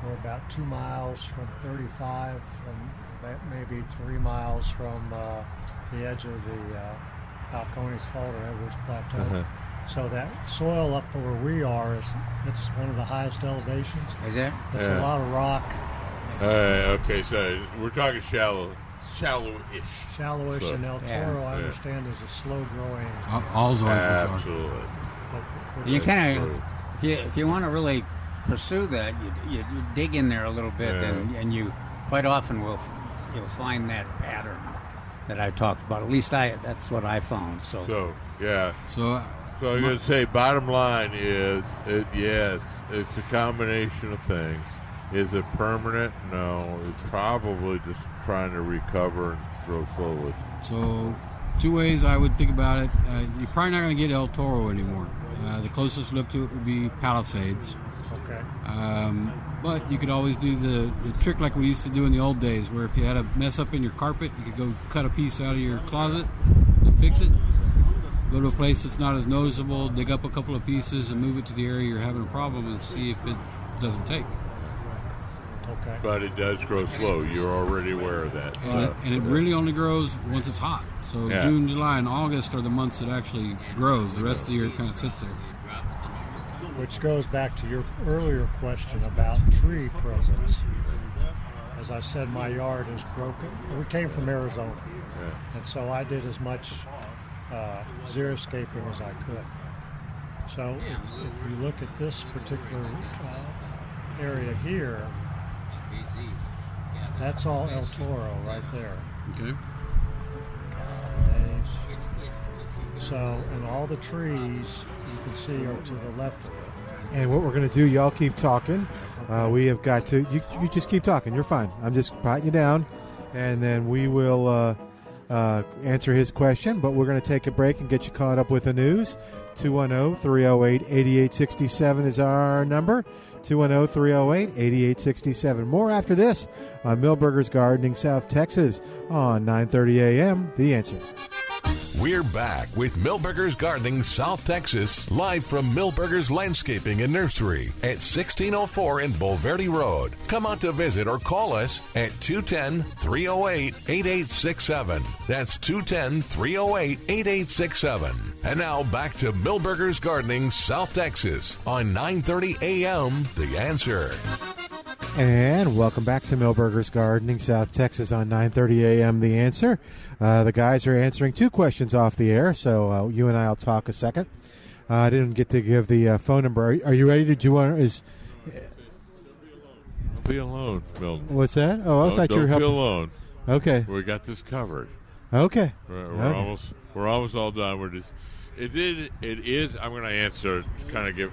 we're about two miles from 35, from that maybe three miles
Uh-huh.
from uh, the edge of the uh, Balcones Fault or Edwards Plateau. So that soil up where we are is it's one of the highest elevations.
Is it?
It's
Yeah.
a lot of rock,
All right, okay, so we're talking shallow, shallow-ish.
shallowish,
So-
and El
Yeah.
Toro, I
Yeah.
understand, is a slow growing.
Al- All's oil for sure.
Absolutely.
You
That's
kind of,
true.
if you, if you want to really pursue that, you, you, you dig in there a little bit,
Yeah.
and, and you quite often will f- you'll find that pattern that I talked about. At least I that's what I found. So,
So, yeah.
So, uh,
So I'm going to say, bottom line is, it, yes, it's a combination of things. Is it permanent? No. It's probably just trying to recover and grow slowly.
so two ways I would think about it. Uh, you're probably not going to get El Toro anymore. Uh, the closest look to it would be Palisades.
Okay.
Um, but you could always do the, the trick like we used to do in the old days, where if you had a mess up in your carpet, you could go cut a piece out of your closet and fix it. Go to a place that's not as noticeable, dig up a couple of pieces, and move it to the area you're having a problem and see if it doesn't take.
Okay.
But it does grow slow. You're already aware of that.
And it,
So.
and it really only grows once it's hot. So
Yeah.
June, July, and August are the months it actually grows. The rest of the year it kind of sits there.
Which goes back to your earlier question about tree presence. As I said, my yard is broken. We came from Arizona, and so I did as much uh, xeriscaping as I could. So if you look at this particular uh, area here, that's all El Toro right there.
Okay.
So, and all the trees you can see are to the left of it.
And what we're going to do, y'all keep talking. Uh, we have got to. You, you just keep talking. You're fine. I'm just biting you down, and then we will uh, uh, answer his question. But we're going to take a break and get you caught up with the news. oh, 210 308 8867 is our number. oh, 210 308 8867. More after this on Millburgers Gardening, South Texas on 930 a.m. The answer.
We're back with Millburgers Gardening South Texas, live from Millburgers Landscaping and Nursery at 1604 in Bolverde Road. Come out to visit or call us at 210 308 8867. That's 210 308 8867. And now back to Millburgers Gardening South Texas on 930 a.m. The Answer.
And welcome back to Millburgers Gardening, South Texas on 9:30 a.m. The answer. Uh, the guys are answering two questions off the air, so uh, you and I'll talk a second. Uh, I didn't get to give the uh, phone number. Are, are you ready? Did you want? Is
Don't be alone, Milton.
what's that? Oh, I
Don't-
thought you were
don't feel
helping.
alone.
Okay.
We got this covered.
Okay.
We're, we're
Okay.
almost we're almost all done. We're just it did it is. I'm going to answer kind of give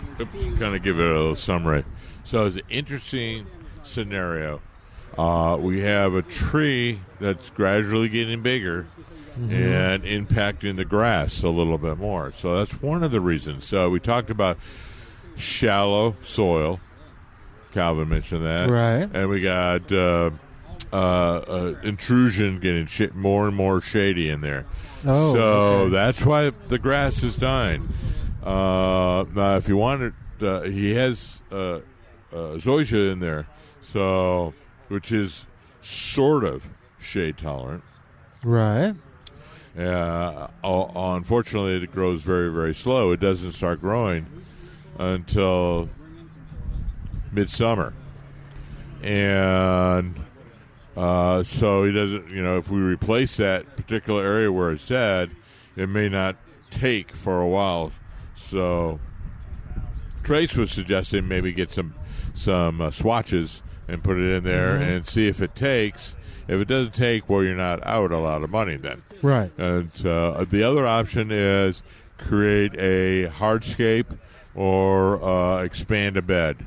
kind of give it a little summary. So it's an interesting scenario. Uh, we have a tree that's gradually getting bigger and impacting the grass a little bit more. So that's one of the reasons. So we talked about shallow soil. Calvin mentioned that,
Right.
And we got uh, uh, uh, intrusion getting sh- more and more shady in there.
Oh,
so
okay.
that's why the grass is dying. Uh, now, if you want it, uh, he has uh, uh, zoysia in there, so which is sort of shade tolerant.
Right.
Uh, u- unfortunately, it grows very, very slow. It doesn't start growing until midsummer, and uh, so he doesn't. You know, if we replace that particular area where it's at, it may not take for a while. So Trace was suggesting maybe get some some uh, swatches and put it in there and see if it takes. If it doesn't take, well, you're not out a lot of money then.
Right.
And uh, the other option is create a hardscape or uh, expand a bed.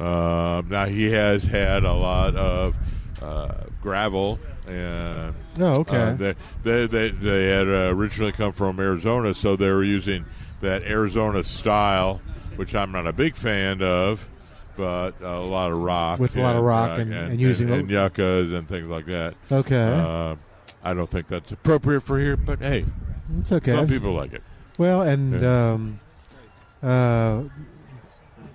Uh, now he has had a lot of uh, gravel and
Oh, okay.
uh, they, they, they, they had uh, originally come from Arizona, so they were using that Arizona style, which I'm not a big fan of, but a lot of rock.
With a lot of rock and- and using
and,
lo-
yuccas and things like that.
Okay.
Uh, I don't think that's appropriate for here, but hey,
it's okay.
some people like it.
Well, and um, uh,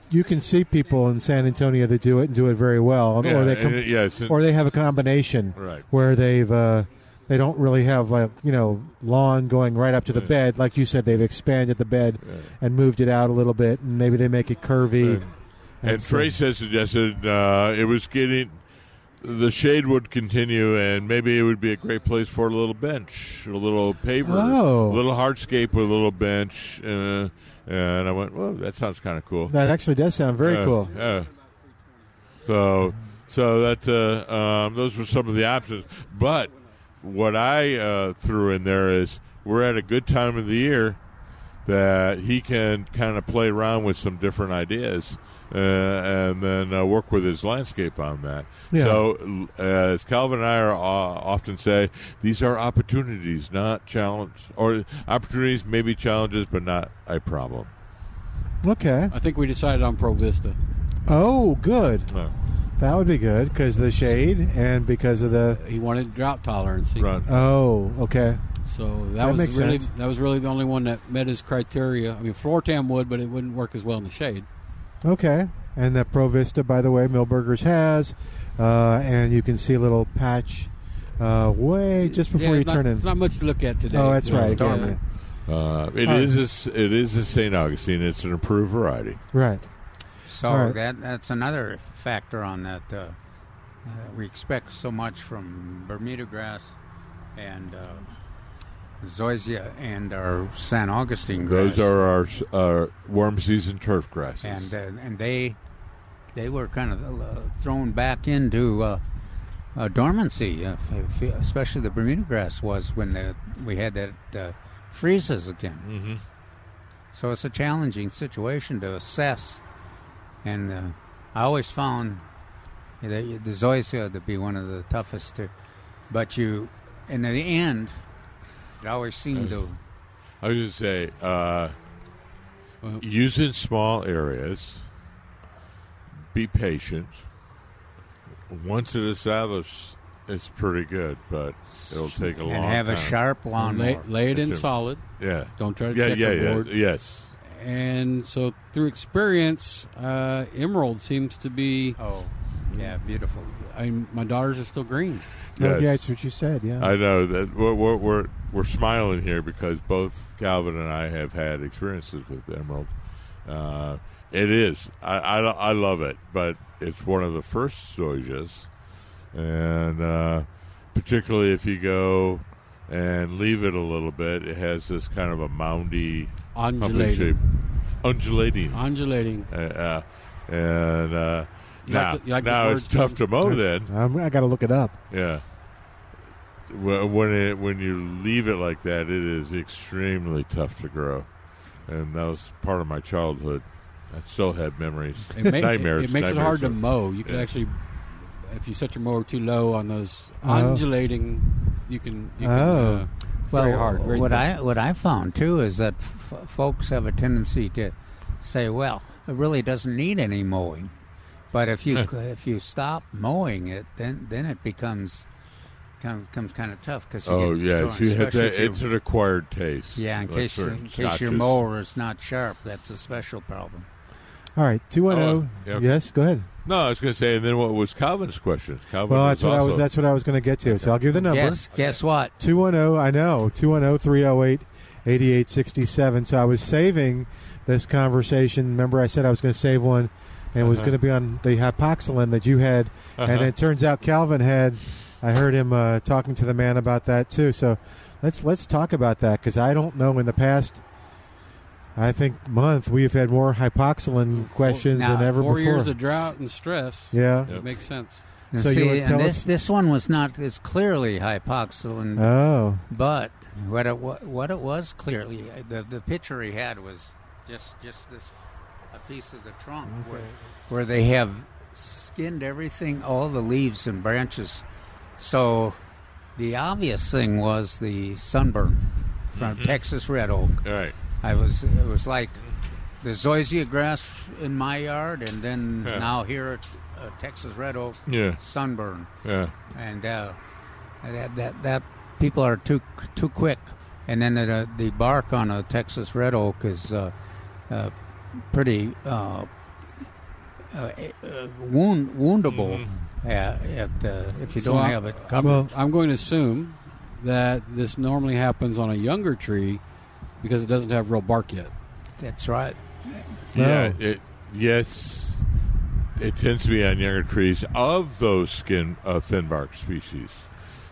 you can see people in San Antonio that do it and do it very well,
Yeah,
or they
and
com-
it- yes, and-
or they have a combination
Right.
where they've uh, They don't really have like you know lawn going right up to the bed, like you said. They've expanded the bed and moved it out a little bit, and maybe they make it curvy.
And
so-
Trace has suggested uh, it was getting the shade would continue, and maybe it would be a great place for a little bench, a little paver,
Oh.
a little hardscape with a little bench. Uh, and I went, well, that sounds kind of cool.
That actually does sound very
Uh,
cool.
Yeah. So, so that uh, um, those were some of the options. But what I uh, threw in there is we're at a good time of the year that he can kind of play around with some different ideas. Uh, and then uh, work with his landscape on that.
Yeah.
So, uh, as Calvin and I are, uh, often say, these are opportunities, not challenge, or opportunities, maybe challenges, but not a problem.
Okay.
I think we decided on Pro Vista.
Oh, good.
Uh,
That would be good because of the shade and because of the.
He wanted drought tolerance. He-
right.
Oh, okay.
So that,
That
was
makes
really
sense.
that was really the only one that met his criteria. I mean, floor tam would, but it wouldn't work as well in the shade.
Okay. And the Pro Vista, by the way, Millburgers has. Uh, and you can see a little patch uh, way just before
Yeah,
you
not-
turn in.
it's not much to look at today.
oh, that's
It's
right. yeah,
stormy.
yeah.
Uh, it
All right.
is a s it is a St. Augustine. It's an approved variety.
Right.
So
All right.
that that's another factor on that. Uh, uh, we expect so much from Bermuda grass and uh, zoysia and our San Augustine grass.
Those are our, s- our warm season turf grasses.
and uh, and they they were kind of uh, thrown back into uh, uh, dormancy, uh, f- f- especially the Bermuda grass was when the, we had that uh, freezes again. Mm-hmm. So it's a challenging situation to assess, and uh, I always found that the zoysia to be one of the toughest to, but you in the end, it always seemed to.
I was going to say, uh,
Well-
use in small areas. Be patient. Once it establishes, it's pretty good, but it'll take a long
and have
time.
a sharp
Lay,
lawnmower.
lay it in
That's it.
solid.
Yeah.
Don't try to
Yeah,
check
yeah,
the
yeah.
board.
Yes.
And so, through experience, uh, emerald seems to be.
Oh, yeah, beautiful.
I mean, my daughters are still green.
Oh,
Yes.
yeah, it's what you said. Yeah.
I know that we're, we're we're we're smiling here because both Calvin and I have had experiences with Emerald. Uh, it is I, I lo- I love it, but it's one of the first sojas, and uh, particularly if you go and leave it a little bit, it has this kind of a moundy pumpkin shape,
Undulating.
undulating,
Undulating.
uh, uh, and uh,
You
now,
like the- you like this
now it's
word,
tough
Jim?
to mow then.
I'm, I got to look it up.
Yeah. Wh- When it when you leave it like that, it is extremely tough to grow, and that was part of my childhood. I still had memories,
It, ma- it-
nightmares.
it makes it
nightmares
hard to
of-
mow. You can
Yeah.
actually, if you set your mower too low on those
Oh.
Uh-huh.
undulating, you can. You can
Oh.
uh, it's very hard. Very
what
thin.
I what I found too is that f- folks have a tendency to say, "Well, it really doesn't need any mowing," but if you if you stop mowing it, then then it becomes comes, comes kind of tough because
Oh
get
yes, you
torn,
had
especially
that.
if you-
It's an acquired taste.
yeah, in
like
case
certain
in case your
scotches.
mower is not sharp, that's a special problem.
All right. 210.
Oh, yeah.
Yes, go ahead.
No, I was going to say, and then what was Calvin's question? Calvin
Well,
was
that's what I was
also-
that's what I was going to get to. So I'll give the number.
Yes, guess what?
210, oh, I know, 210 308 8867. So I was saving this conversation. Remember, I said I was going to save one and it was
Uh-huh.
going to be on the hypoxylin that you had. And it turns out Calvin had, I heard him uh, talking to the man about that too. So let's, let's talk about that because I don't know in the past. I think month we've had more hypoxylin questions
now,
than ever
Four
before.
years of drought and stress.
yeah.
It makes sense.
And
So you
see,
would
and
tell
this
us-
this one was not as clearly hypoxylin
Oh,
But what it wa- what it was clearly the the picture he had was just just this a piece of the trunk where, where they have skinned everything, all the leaves and branches. So the obvious thing was the sunburn from Texas red oak.
All Mm-hmm. right.
I was it was like the zoysia grass in my yard, and then
Yeah.
now here at uh, Texas red oak
Yeah.
sunburn
Yeah.
and uh, that, that that people are too too quick. And then the the bark on a Texas red oak is uh, uh, pretty uh, uh,
eh,
uh,
Mm-hmm.
wound woundable uh, if, uh, if you
So
don't
I-
have it
I'm,
covered.
Well-
I'm going to assume that this normally happens on a younger tree because it doesn't have real bark yet.
That's right.
Yeah, it yes, it tends to be on younger trees of those skin uh, thin bark species.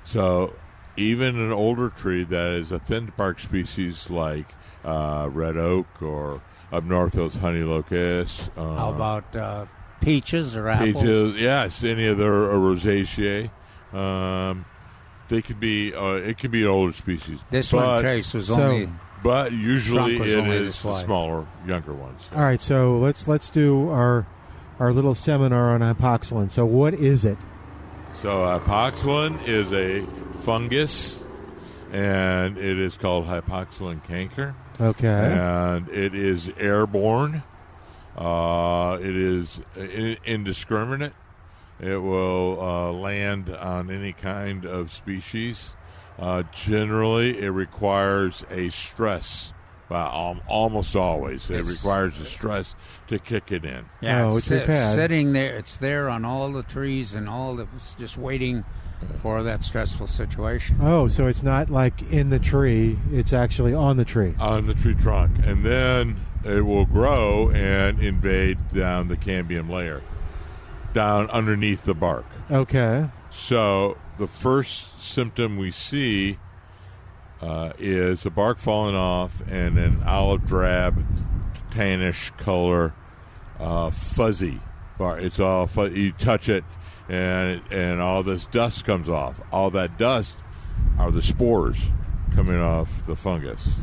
So even an older tree that is a thin bark species like uh, red oak or up north those honey locusts. Uh,
How about uh, peaches or apples?
Pages, yes, any of their uh, Rosaceae. Um, they could be. Uh, it could be an older species.
This
but,
one, Trace, was
So-
only.
But usually
Trunk was
it
only
is
this
the
wide.
smaller, younger ones.
All right, so let's let's do our our little seminar on hypoxylin. So what is it?
So hypoxylin is a fungus, and it is called hypoxylin canker.
Okay.
and it is airborne. Uh, it is i- indiscriminate. It will uh, land on any kind of species. Uh, generally, it requires a stress. Well, al- almost always, it
It's-
requires a stress to kick it in.
Yeah,
Oh,
it's,
it's your
sit-
pad.
sitting there. It's there on all the trees and all the it's just waiting for that stressful situation.
Oh, so it's not like in the tree; it's actually on the tree.
on the tree trunk, and then it will grow and invade down the cambium layer, down underneath the bark.
Okay.
So the first symptom we see uh, is the bark falling off and an olive drab, tannish color, uh, fuzzy bark. It's all fu- you touch it, and and all this dust comes off. All that dust are the spores coming off the fungus,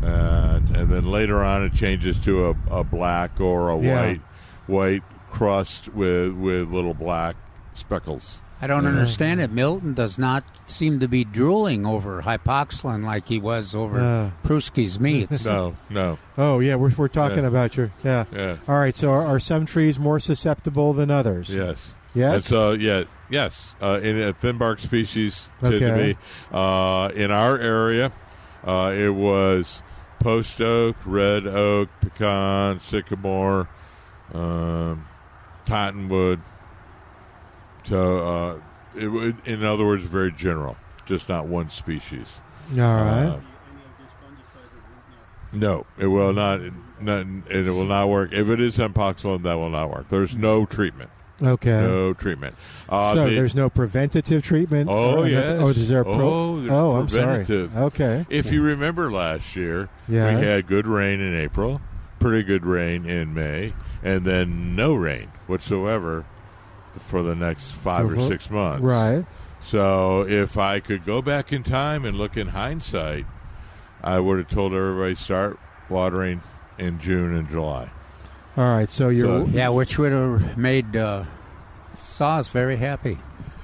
and and then later on it changes to a, a black or a
Yeah.
white white crust with with little black speckles.
I don't understand it. Milton does not seem to be drooling over hypoxylin like he was over
Uh.
Prusky's meats.
No, no.
Oh yeah, we're we're talking
Yeah.
about your yeah.
Yeah.
All right, so are, are some trees more susceptible than others?
Yes.
Yes?
And so yeah, yes. Uh, in a thin bark species tend
Okay.
to be uh, in our area. Uh, it was post oak, red oak, pecan, sycamore, um, cottonwood. So uh, it would, in other words, very general, just not one species.
All right.
Uh, no, it will not, not. It will not work. If it is epoxylin, that will not work. There's no treatment.
okay.
No treatment. Uh,
so
the-
there's no preventative treatment.
Oh,
Or-
yes.
Oh, is there a pro?
Oh, there's
oh, I'm
preventative.
sorry. Okay.
if you remember last year,
Yes.
we had good rain in April, pretty good rain in May, and then no rain whatsoever for the next five or
Uh-huh.
six months.
Right.
So if I could go back in time and look in hindsight, I would have told everybody start watering in June and July.
All right. So you're
So-
Yeah, which would have made uh, Saws very happy.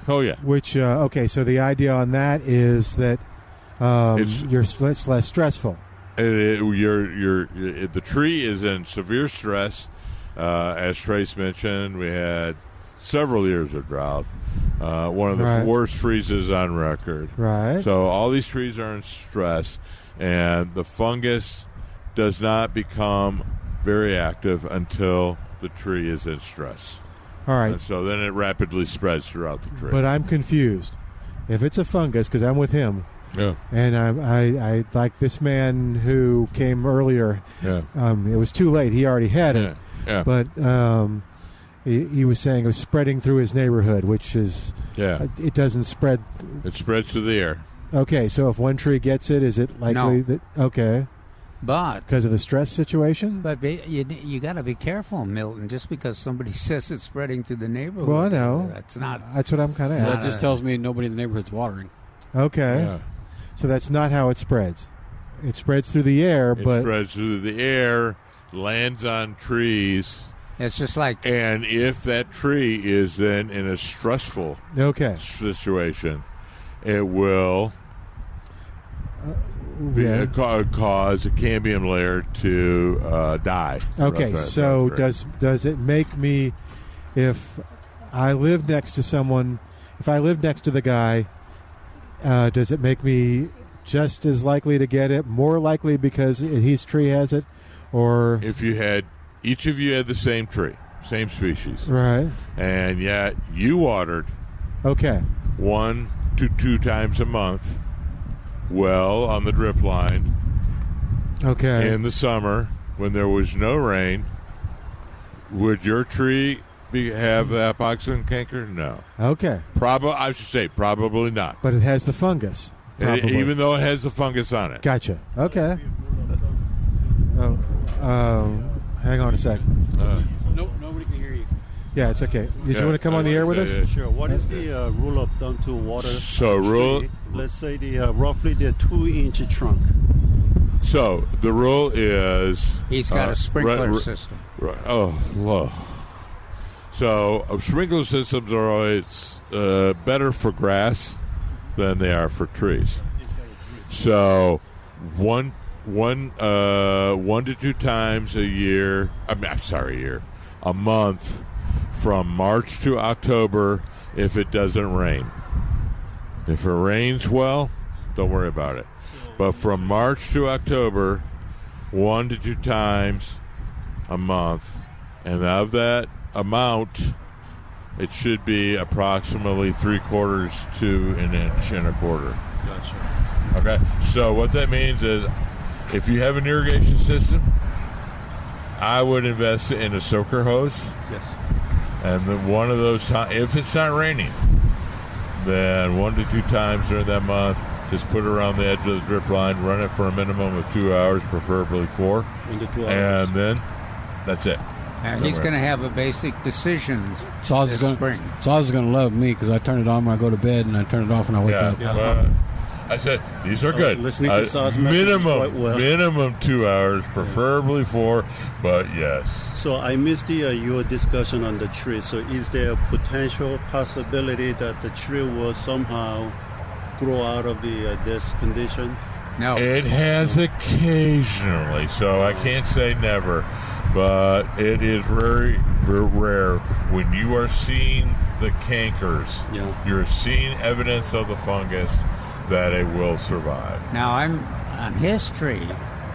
Oh yeah,
which uh, okay. So the idea on that is that um,
It's-
you're s- less, less stressful.
It, it, oh, you're, you're, it, the tree is in severe stress. Uh, as Trace mentioned, we had several years of drought, uh, one of the
Right.
worst freezes on record.
Right.
So all these trees are in stress, and the fungus does not become very active until the tree is in stress.
All right.
And so then it rapidly spreads throughout the tree.
But I'm confused. If it's a fungus, because I'm with him,
yeah,
and I, I, I like this man who came earlier.
yeah,
Um, it was too late. He already had
yeah,
it.
yeah,
But um, he, he was saying it was spreading through his neighborhood, which is uh,
yeah.
it doesn't spread. th-
It spreads through the air.
Okay, so if one tree gets it, is it likely
No.
that okay
But
because of the stress situation?
but be, you you got to be careful, Milton. Just because somebody says it's spreading to the neighborhood,
well, I know
that's not.
That's what I'm kind of
So
at.
that just tells me nobody in the neighborhood's watering.
Okay,
Yeah.
so that's not how it spreads. It spreads through the air,
It
but
spreads through the air, lands on trees,
It's just like
and if that tree is then in a stressful
okay,
situation, it will be,
yeah.
ca- cause a cambium layer to uh, die.
okay.
Right, right,
So
right, right.
does does it make me if I live next to someone? If I live next to the guy, uh, does it make me just as likely to get it? More likely because his tree has it, or
if you had each of you had the same tree, same species,
right?
and yet you watered
Okay.
one to two times a month, well on the drip line
Okay.
in the summer when there was no rain. Would your tree be, have apoxin canker? No.
okay.
Probably, I should say, probably not.
But it has the fungus. Probably.
Even though it has the fungus on it.
Gotcha. Okay. Oh, um, hang on a sec.
Uh,
Nope, nobody can hear you.
Yeah, it's okay. Did
Yeah,
you want to come
I
on the air
like
with
that,
us?
yeah.
Sure. What is the uh, rule of thumb to water?
So
a
rule-
tree? Let's say the uh, roughly the two-inch trunk.
so the rule is
He's got
uh,
a sprinkler
re- re-
system.
Right. Oh, low. So uh, sprinkler systems are always uh, better for grass than they are for trees. So one one uh, one to two times a year. I mean, I'm sorry, a year, a month, from March to October, if it doesn't rain. If it rains well, don't worry about it. But from March to October, one to two times a month, and of that amount, it should be approximately three quarters to an inch and a quarter. Okay, so what that means is if you have an irrigation system, I would invest in a soaker hose,
Yes.
and then one of those, ti- if it's not raining, then one to two times during that month, just put it around the edge of the drip line, run it for a minimum of two hours, preferably four,
In the two hours.
and then that's it.
Uh, he's going to have a basic decision
Saw's
this
is gonna,
spring.
Saw's is gonna love me because I turn it on when I go to bed and I turn it off when I wake
Yeah.
up.
well, I said these are
was
good.
Oh,
Uh,
listening to Saw's message quite
minimum,
well.
minimum two hours, preferably four, but yes.
So I missed the, uh, your discussion on the tree. So is there a potential possibility that the tree will somehow grow out of the uh, this condition?
No,
It has occasionally, so I can't say never, but it is very, very rare when you are seeing the cankers.
Yeah.
You're seeing evidence of the fungus that it will survive.
now I'm on history.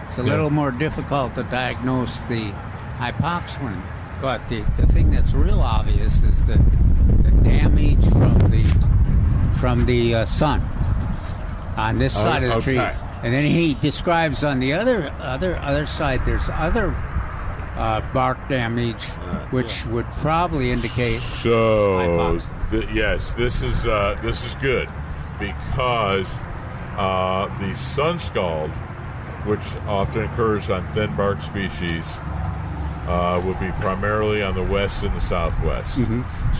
It's a
Yeah.
little more difficult to diagnose the hypoxin, but the, the thing that's real obvious is the, the damage from the from the uh, sun on this
Oh,
side of the
okay.
tree. And then he describes on the other other other side. There's other uh, bark damage,
Uh,
which would probably indicate
So,
Hypoxia.
th- yes, this is uh, this is good because uh, the sun scald, which often occurs on thin bark species, uh, would be primarily on the west and the southwest.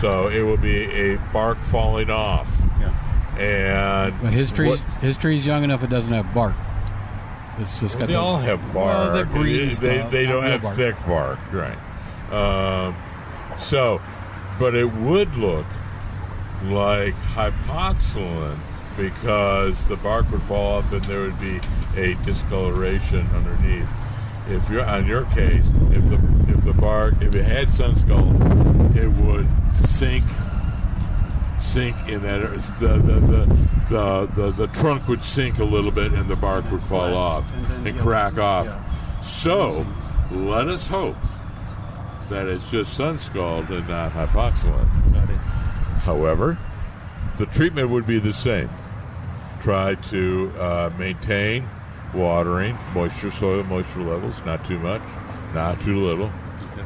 So it will be a bark falling off,
Yeah.
and
But his tree's
what-
his tree's young enough; it doesn't have bark. It's just got
they
the,
all have bark.
Well, the green
They- they,
stuff,
they
not
don't
real
have
bark.
thick bark, right? Um, so, but it would look like hypoxylin because the bark would fall off and there would be a discoloration underneath. If you're on your case, if the if the bark if it had sunscald, it would sink sink in that the the, the the, the, the trunk would sink a little bit and the bark would fall off
And then
and
the-
crack off.
yeah.
So let us hope that it's just sun scald and not hypoxylin.
Got it.
However, the treatment would be the same. Try to uh, maintain watering, moisture, soil moisture levels, not too much, not too little,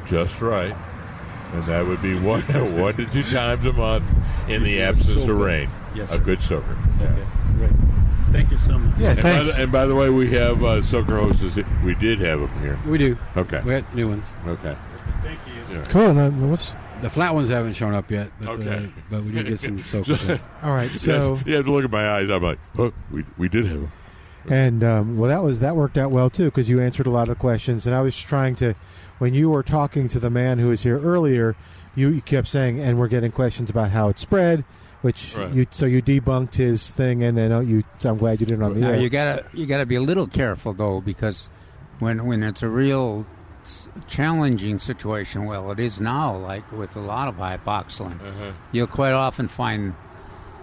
just right. And that would be one, one to two times a month in the
Usually a
absence
soaker.
of rain.
Yes,
a
sir.
good soaker.
Okay. Great. Thank you so much.
Yeah,
And by, the,
thanks.
and by the way, we have uh, soaker hoses. We did have them here.
We do.
Okay.
We got new ones.
Okay.
Thank you.
Cool. now- now what's-
The flat ones haven't shown up yet. But,
Okay.
uh, but we did get some soap.
all right. So
Yes, you have to look at my eyes. I'm like, oh, we, we did have them.
and um, well, that was that worked out well too because you answered a lot of questions, and I was trying to when you were talking to the man who was here earlier, you, you kept saying, and we're getting questions about how it spread, which
Right.
you so you debunked his thing, and then uh, you. So I'm glad you didn't on the
Now,
air.
you gotta you gotta be a little careful though because when when it's a real s- challenging situation, well, it is now, like with a lot of hypoxylin,
Mm-hmm.
you'll quite often find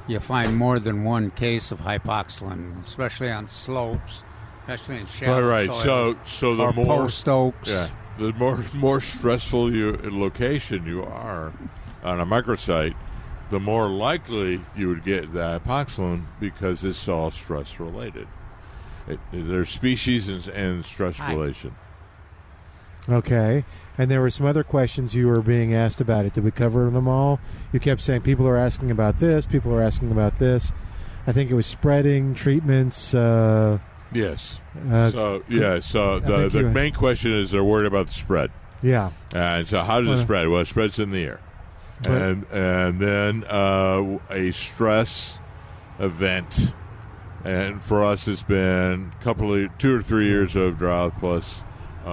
you find more than one case of hypoxylin, especially on slopes, especially in shallow
right.
soils,
So- so the
or
more-
post oaks.
Yeah. The more more stressful you location you are on a microsite, the more likely you would get the hypoxylin because it's all stress related. It, there's species and, and stress relation.
Okay. And there were some other questions you were being asked about it. Did we cover them all? You kept saying people are asking about this, people are asking about this. I think it was spreading, treatments. Uh,
Yes.
Uh,
so yeah. So
I
the,
think
the
you-
main question is they're worried about the spread.
Yeah.
And so how does
Well-
it spread? Well, it spreads in the air,
But-
and and then uh, a stress event. And for us, it's been a couple of two or three years of drought plus uh,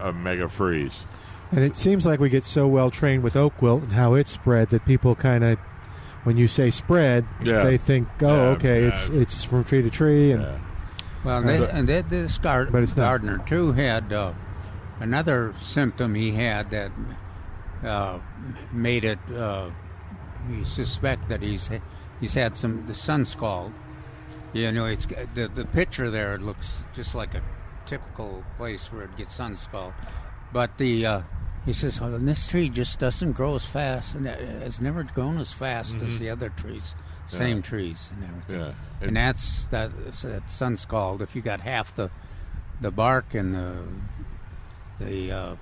a, a mega freeze.
And it seems like we get so well trained with oak wilt and how it spread that people kind of, when you say spread,
Yeah.
they think, oh,
Yeah,
okay,
yeah.
it's it's from tree to tree, and
Yeah.
Well,
Uh,
they,
but-
and they, this gar-
but it's not.
gardener too had uh, another symptom he had that uh, made it. Uh, we suspect that he's he's had some the sun scald. You know, it's the the picture there looks just like a typical place where it gets sun scald, but the. Uh, he says, "Well, this tree just doesn't grow as fast, and uh, it- it's never grown as fast as the other trees, same trees and everything."
Yeah.
and that's that, that sun's called. If you got half the the bark and the the uh,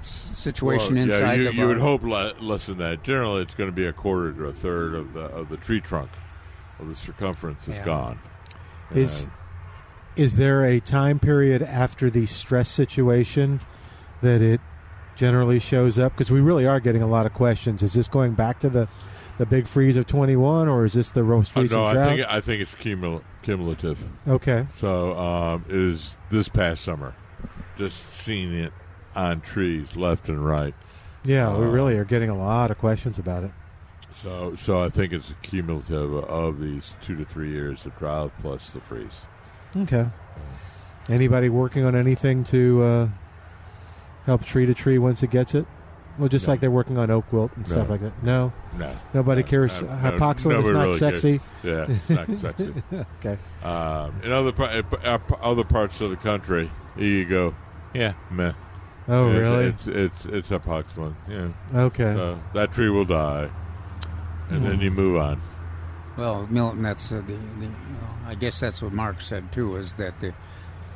s- situation
Well,
inside
you,
the bark,
you would hope le- less than that. Generally, it's going to be a quarter to a third of the of the tree trunk of the circumference is
Yeah.
gone.
is is there a time period after the stress situation that it generally shows up? Because we really are getting a lot of questions. Is this going back to the the big freeze of twenty one, or is this the most
Uh,
recent
no, I
drought?
think I think it's cumul- cumulative.
okay,
So um, it is this past summer, just seeing it on trees left and right.
yeah, we
Uh,
really are getting a lot of questions about it.
So so I think it's cumulative of these two to three years of drought plus the freeze.
Okay. Anybody working on anything to uh, help tree to tree once it gets it? Well, just
No.
like they're working on oak wilt and stuff
No.
like that. No,
No,
nobody
No,
cares.
no, no,
Hypoxylin is
nobody
not
really
sexy.
cares. Yeah, it's not sexy.
Okay.
Um, in other par- uh, uh, other parts of the country, you go, yeah, meh.
Oh,
it's,
really?
It's it's it's epoxylin. Yeah,
okay. Hmm.
so that tree will die, and then you move on.
Well, Milton, that's uh, the, the, I guess that's what Mark said too, is that the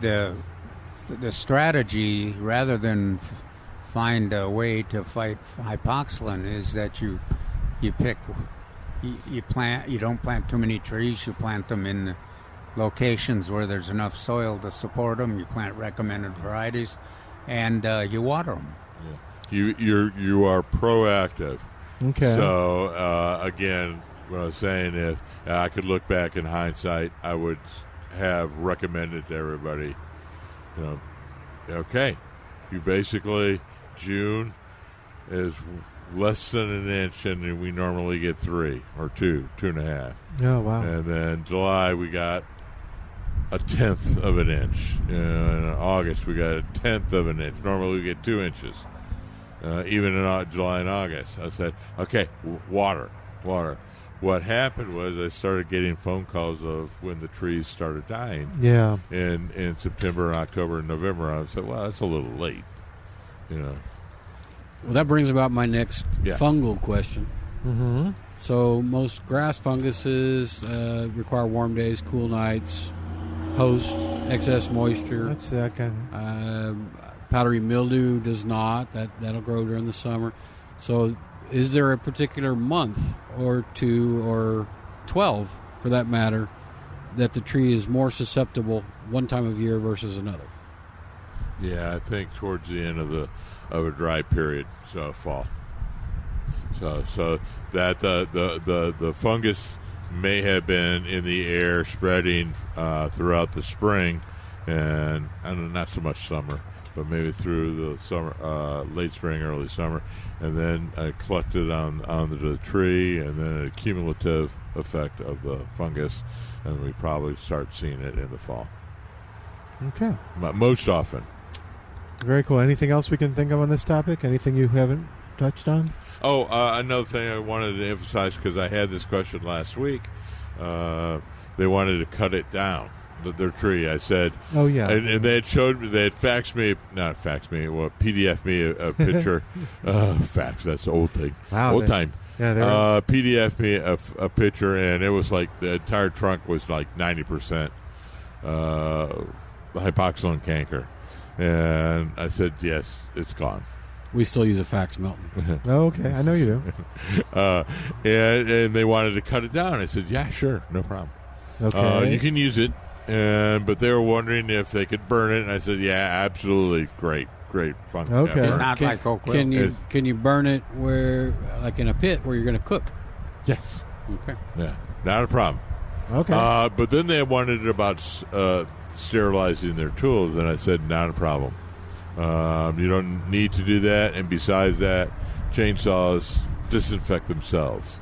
the the strategy rather than f- find a way to fight hypoxylin is that you you pick you, you plant you don't plant too many trees you plant them in locations where there's enough soil to support them you plant recommended varieties and uh, you water them
You you're you are proactive.
okay.
So uh, again, what I was saying, if I could look back in hindsight, I would have recommended to everybody, you know, okay, you basically June is less than an inch, and we normally get three or two, two and a half,
oh, wow.
and then July we got a tenth of an inch. You know, in August we got a tenth of an inch. Normally we get two inches uh, even in uh, July and August. I said, okay, w- water, water. What happened was I started getting phone calls of when the trees started dying
Yeah.
in, in September, and October, and November. I said, well, that's a little late, you know.
Well, that brings about my next
Yeah.
fungal question.
Mm-hmm.
So most grass funguses uh, require warm days, cool nights, host excess moisture.
That's uh, kind
Um powdery mildew does not. That that'll grow during the summer. So, is there a particular month or two or twelve, for that matter, that the tree is more susceptible one time of year versus another?
Yeah, I think towards the end of the of a dry period, so fall. So so that the the the, the fungus may have been in the air spreading uh, throughout the spring, and I don't know, not so much summer, but maybe through the summer, uh, late spring, early summer, and then uh, collected on onto the tree, and then a cumulative effect of the fungus, and we probably start seeing it in the fall,
of. Okay.
Mo- most often.
Very cool. Anything else we can think of on this topic? Anything you haven't touched on?
Oh, uh, another thing I wanted to emphasize because I had this question last week. Uh, they wanted to cut it down, th- their tree. I said,
Oh, yeah.
and, and they had showed me, they had faxed me, not faxed me, well, PDF me a, a picture. uh, fax, that's the old thing,
Wow,
old
they-
time.
yeah, they were-
uh, PDF me a, f- a picture, and it was like the entire trunk was like ninety percent uh, hypoxylin canker. And I said, yes, it's gone.
We still use a fax, Milton.
Oh, okay, I know you do.
uh, and, and they wanted to cut it down. I said, yeah, sure, no problem.
Okay.
Uh, you can use it, and but they were wondering if they could burn it, and I said, yeah, absolutely, great, great fun.
Okay.
Yeah,
It's
burn it.
not
can,
like Oak Hill.
Can you
It's-
can you burn it where like in a pit where you're going to cook?
yes,
Okay.
yeah, not a problem.
Okay.
Uh, but then they wanted it about uh, sterilizing their tools, and I said, not a problem. Um, you don't need to do that. And besides that, chainsaws disinfect themselves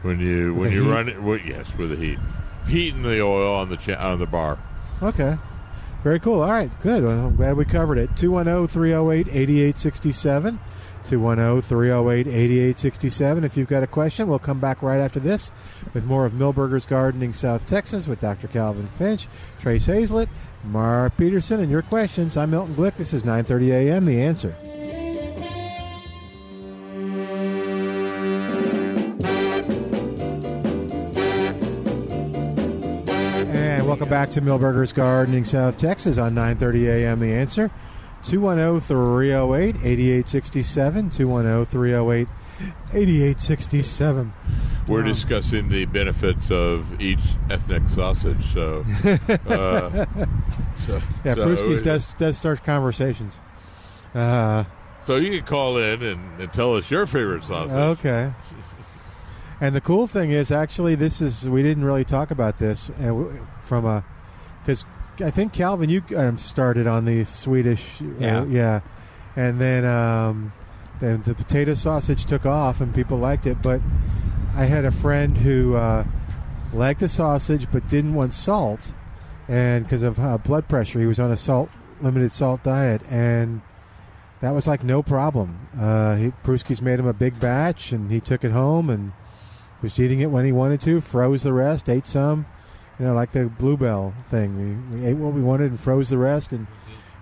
when you when
the
you
heat?
run it. Well, yes, with the heat, heat and the oil on the cha- on the bar.
Okay. Very cool. All right. Good. Well, I'm glad we covered it. oh, 210 308 8867. 210 308 8867. If you've got a question, we'll come back right after this with more of Millburgers Gardening South Texas with Dr. Calvin Finch, Trace Hazlett, Mark Peterson, and your questions. I'm Milton Glick. This is 9.30 a.m. The Answer. And welcome back to Millburgers Gardening South Texas on 9:30 a.m. The answer 210-308-8867 210-308-8867.
We're discussing the benefits of each ethnic sausage. So, uh, so
Yeah,
so-
Brewskis does does start conversations. Uh,
So you can call in and, and tell us your favorite sausage.
okay. And the cool thing is actually this is we didn't really talk about this uh, w- from a cuz I think Calvin you um, started on the Swedish uh,
Yeah.
yeah. And then um, then the potato sausage took off and people liked it, but I had a friend who uh, liked the sausage but didn't want salt, and because of uh, blood pressure, he was on a salt limited salt diet, and that was like no problem. Uh, he, Pruski's made him a big batch, and he took it home and was eating it when he wanted to. Froze the rest, ate some, you know, like the bluebell thing. We, we ate what we wanted and froze the rest, and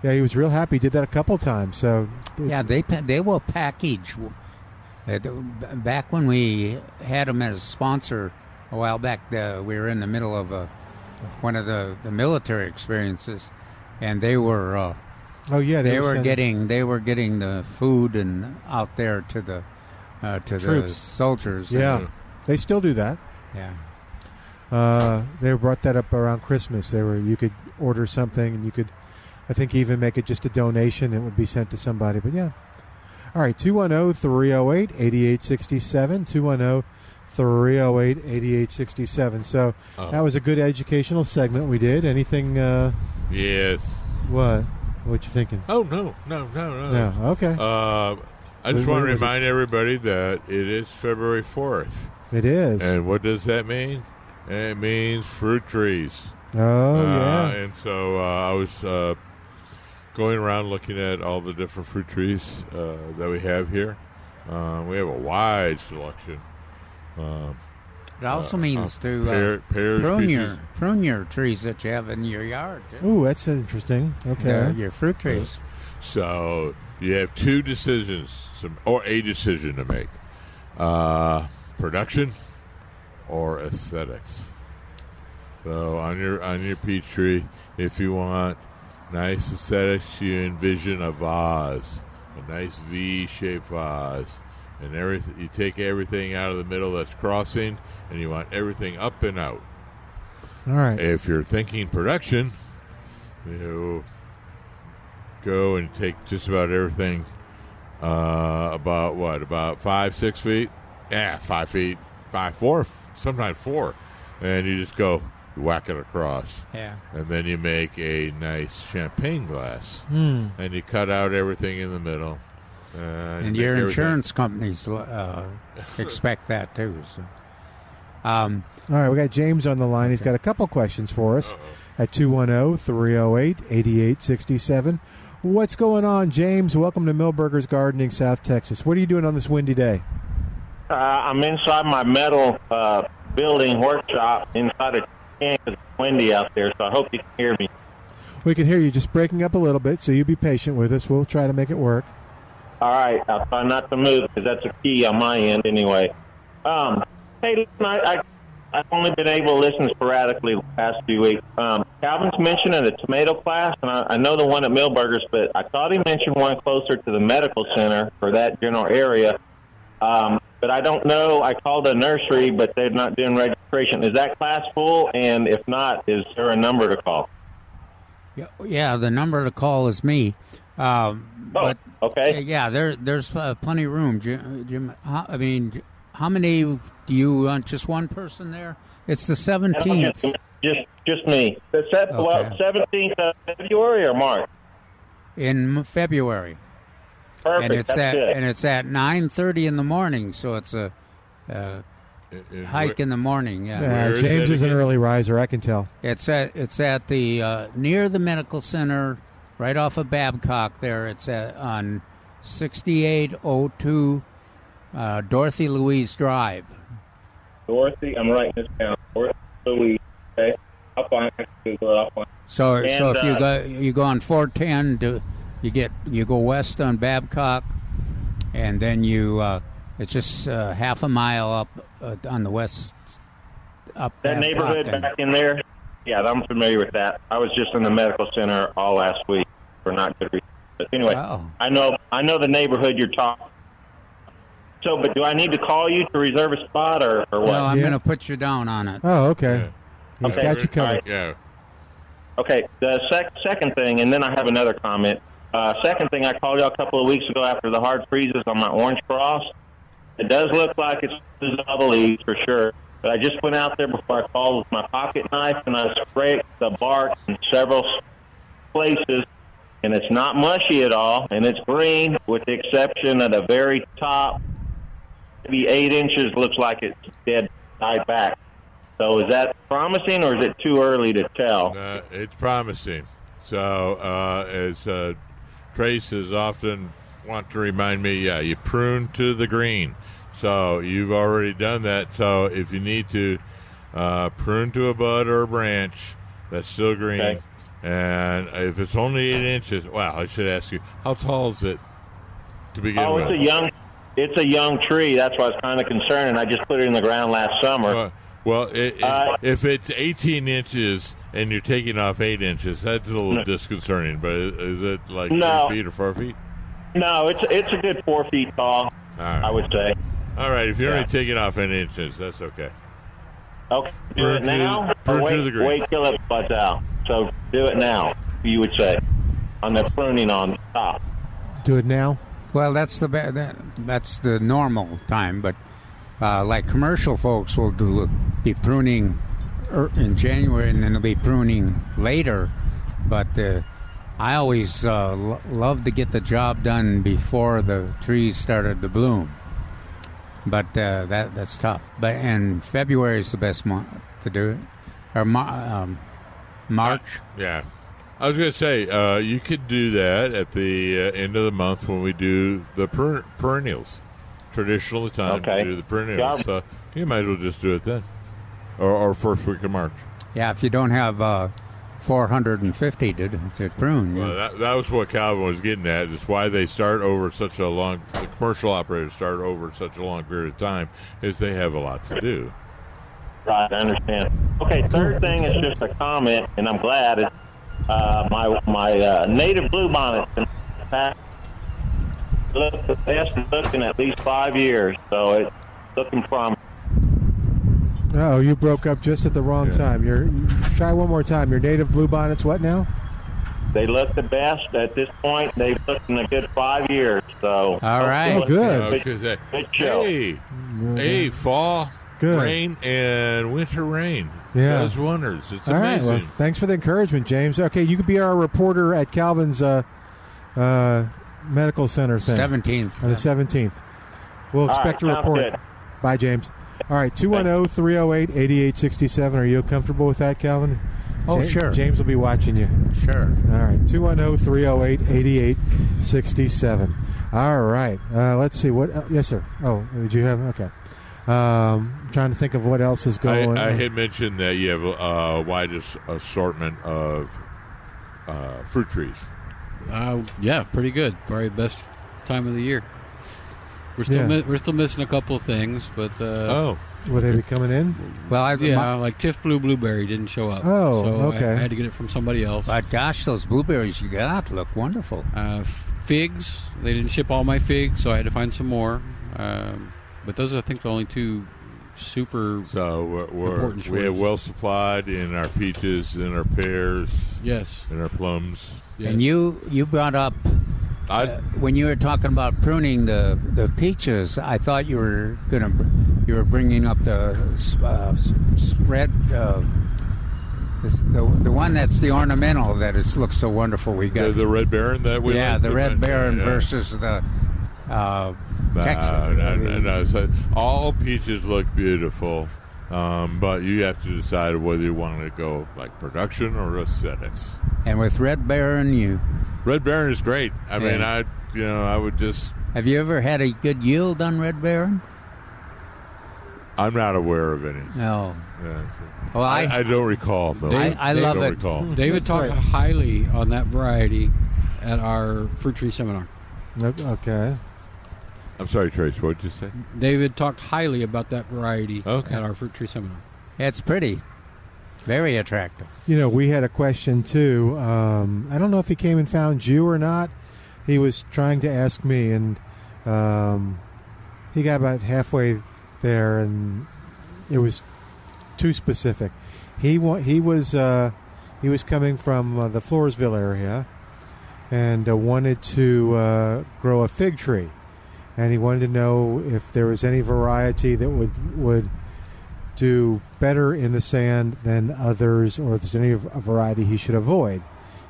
yeah, he was real happy. He did that a couple times. So it's-
Yeah, they pa- they will package. Uh, the- Back when we had them as a sponsor a while back, uh, we were in the middle of a, one of the, the military experiences, and they were uh,
oh yeah,
they,
would
were
send-
getting they were getting the food and out there to the uh, to the
Troops.
soldiers. and-
yeah. They still do that.
yeah.
Uh, they brought that up around Christmas. They were you could order something and you could, I think, even make it just a donation. It would be sent to somebody. But yeah, all right. oh, 210-308-8867. 210-308-8867. So
Oh.
that was a good educational segment we did. Anything? Uh,
Yes.
what? What you thinking?
Oh no, no, no,
No.
no.
Okay.
Uh, I
Wait,
just want
wait,
to
was it-
remind everybody that it is February fourth,
it is.
Uh,
and what does that mean? It means fruit trees.
oh
uh,
yeah.
And so uh, I was uh, going around looking at all the different fruit trees uh, that we have here. Uh, we have a wide selection. Um,
It also
uh,
means
uh,
to uh,
pear- pears,
prune
peaches.
your prune your trees that you have in your yard. too.
Ooh, that's interesting.
The-
Okay.
your fruit trees.
So you have two decisions, some, or a decision to make: uh, production or aesthetics. So on your on your peach tree, if you want nice aesthetics, you envision a vase, a nice V-shaped vase, and everything. You take everything out of the middle that's crossing, and you want everything up and out.
All right.
If you're thinking production, you go and take just about everything. Uh, about what? About five, six feet? Yeah, five feet, five, four, f- sometimes four, and you just go whack it across,
Yeah.
and then you make a nice champagne glass,
Hmm.
and you cut out everything in the middle. uh,
and
you
your
make everything-
insurance companies uh, expect that too. So. Um,
All right, we got James on the line. He's got a couple questions for us at oh, 210 308 8867. What's going on, James? Welcome to Millburgers Gardening, South Texas. What are you doing on this windy day?
Uh, I'm inside my metal uh, building workshop inside a can 'cause it's windy out there, so I hope you can hear me.
We can hear you just breaking up a little bit, so you be patient with us. We'll try to make it work.
All right, I'll try not to move because that's a key on my end anyway. Um, hey, listen, I, I
I've only been able to listen sporadically the past few weeks. Um, Calvin's mentioning the tomato class, and I, I know the one at Millburgers, but I thought he mentioned one closer to the medical center for that general area. Um, but I don't know. I called a nursery, but they're not doing registration. Is that class full? And if not, is there a number to call?
Yeah, the number to call is me. Um, but
Oh, okay.
Yeah, there there's uh, plenty of room, Jim. Jim how, I mean, j- how many do you want? Just one person there? It's the seventeenth.
Just just me. The se- well,
Okay.
17th of February or March?
in February,
Perfect.
and it's
That's
at
it.
and it's at nine thirty in the morning. So it's a, uh hike in the morning. Yeah,
Yeah, Uh, James is an early riser. I can tell.
It's at it's at the uh, near the medical center, right off of Babcock. There, it's at, on sixty eight oh two uh, Dorothy Louise Drive.
Dorothy, I'm writing this down. Dorothy Louise. Okay. I'll find it. Google it. I'll find it.
So
And,
so if you
uh,
go you go on four ten to you get you go west on Babcock, and then you uh, it's just uh, half a mile up uh, on the west up
That
Babcock
neighborhood
and-
back in there? Yeah, I'm familiar with that. I was just in the medical center all last week for not good reason. But anyway,
Wow.
I know I know the neighborhood you're talking. So, but do I need to call you to reserve a spot or, or what?
Well, I'm going to put you down on it.
Oh, okay. He's
Okay.
got you covered.
Yeah. Okay. The sec- second thing, and then I have another comment. Uh, second thing, I called y'all a couple of weeks ago after the hard freezes on my orange cross. It does look like it's losing all the leaves for sure. But I just went out there before I called with my pocket knife and I scraped the bark in several s- places, and it's not mushy at all, and it's green with the exception of the very top, maybe eight inches. Looks like it's dead, died back. So is that promising or is it too early to tell?
Uh, it's promising. So, uh, as uh, Trace has often want to remind me, yeah, you prune to the green. So you've already done that. So if you need to uh, prune to a bud or a branch that's still green,
Okay.
and if it's only eight inches, wow, I should ask you, how tall is it to begin
oh,
with?
it's a young, it's a young tree. That's why I was kind of concerned, and I just put it in the ground last summer.
Uh, well, i i
Uh,
if it's 18 inches and you're taking off eight inches, that's a little
No.
disconcerting. But i- is it like
No.
three feet or four feet?
no, it's it's a good four feet tall. I would say.
All right, if you're
Yeah.
only taking off eight inches, that's okay.
Okay, do
Burn
it
to-
now.
burn
or
to
wait,
the green.
wait till it buds out. So do it now. You would say on the pruning on top.
Do it now.
Well, that's the ba- that, that's the normal time, but uh, like commercial folks will do be pruning er, in January, and then they'll be pruning later. But uh, I always uh, lo- love to get the job done before the trees started to bloom. But uh, that that's tough. But and February is the best month to do it, or Ma- um, March.
Yeah. I was going to say, uh, you could do that at the uh, end of the month when we do the per- perennials. Traditional time
Okay.
to do the perennials.
Yeah.
So you might as well just do it then, or, or first week of March.
Yeah, if you don't have uh, 450 to, to prune. yeah.
Well, that, that was what Calvin was getting at. Is why they start over such a long. The commercial operators start over such a long period of time is they have a lot to do.
Right, I understand. Okay, third thing is just a comment, and I'm glad it's uh, my my uh, native bluebonnets in the past look the best look in at least five years, so it's looking from
Oh, you broke up just at the wrong time. You're try one more time. Your native bluebonnets. What now?
they look the best at this point. They've looked in a good five years, so
All right.
Oh, good.
Uh, 'cause they-
Good show.
hey, hey, fall,
Good.
rain, and winter rain
Yeah.
does wonders. It's
All right.
amazing.
Well, thanks for the encouragement, James. Okay, you could be our reporter at Calvin's uh, uh, medical center thing.
17th.
on the 17th. We'll
right,
expect a
sounds
report.
good.
Bye, James. All right, oh, 210 308 8867. Are you comfortable with that, Calvin?
Oh,
Ja-
sure.
James will be watching you.
Sure.
All right, oh, 210 308 8867. All right, uh, let's see. what. el- yes, sir. Oh, did you have? Okay. Um, I'm trying to think of what else is going
I, I
on.
had mentioned that you have a, a wide as- assortment of uh, fruit trees.
Uh, yeah, pretty good. Probably best time of the year. We're still
Yeah.
mi- we're still missing a couple of things, but uh,
Oh,
Were they be coming in?
Well, I,
yeah,
my-
like Tiff Blue Blueberry didn't show up.
Oh,
so I-
okay.
I, had to get it from somebody else.
But gosh, those blueberries you got look wonderful.
Uh, f- figs, they didn't ship all my figs, so I had to find some more. Um, but those are, I think, the only two super.
So we're, we're
Important
we have
shortages.
well supplied in our peaches, in our pears,
Yes.
in our plums.
yes.
And you you brought up
I
uh, when you were talking about pruning the the peaches. I thought you were gonna br- you were bringing up the s- uh, s- s- red. Uh, this- the, the one that's the ornamental that is looks so wonderful. We
the,
got
the red baron that we
yeah
like
the
to
red
make,
baron
yeah.
versus the uh,
Uh,
Texas.
no, no, no. So all peaches look beautiful, um, but you have to decide whether you want to go like production or aesthetics.
And with red baron, you
Red Baron is great. I mean,
Yeah.
I you know I would just
have you ever had a good yield on red baron?
I'm not aware of any.
No.
Yeah, so-
Well, I-
I, don't recall. Bill.
They-
I
don't
love it. Hmm.
Recall.
David talked
Right.
highly on that variety at our fruit tree seminar.
Nope, Okay.
I'm sorry, Trace. What did you say?
David talked highly about that variety
Okay.
at our fruit tree seminar.
It's pretty, very attractive.
You know, we had a question too. Um, I don't know if he came and found you or not. He was trying to ask me, and um, he got about halfway there, and it was too specific. He wa- he was uh, he was coming from uh, the Floresville area, and uh, wanted to uh, grow a fig tree, and he wanted to know if there was any variety that would would do better in the sand than others, or if there's any v- variety he should avoid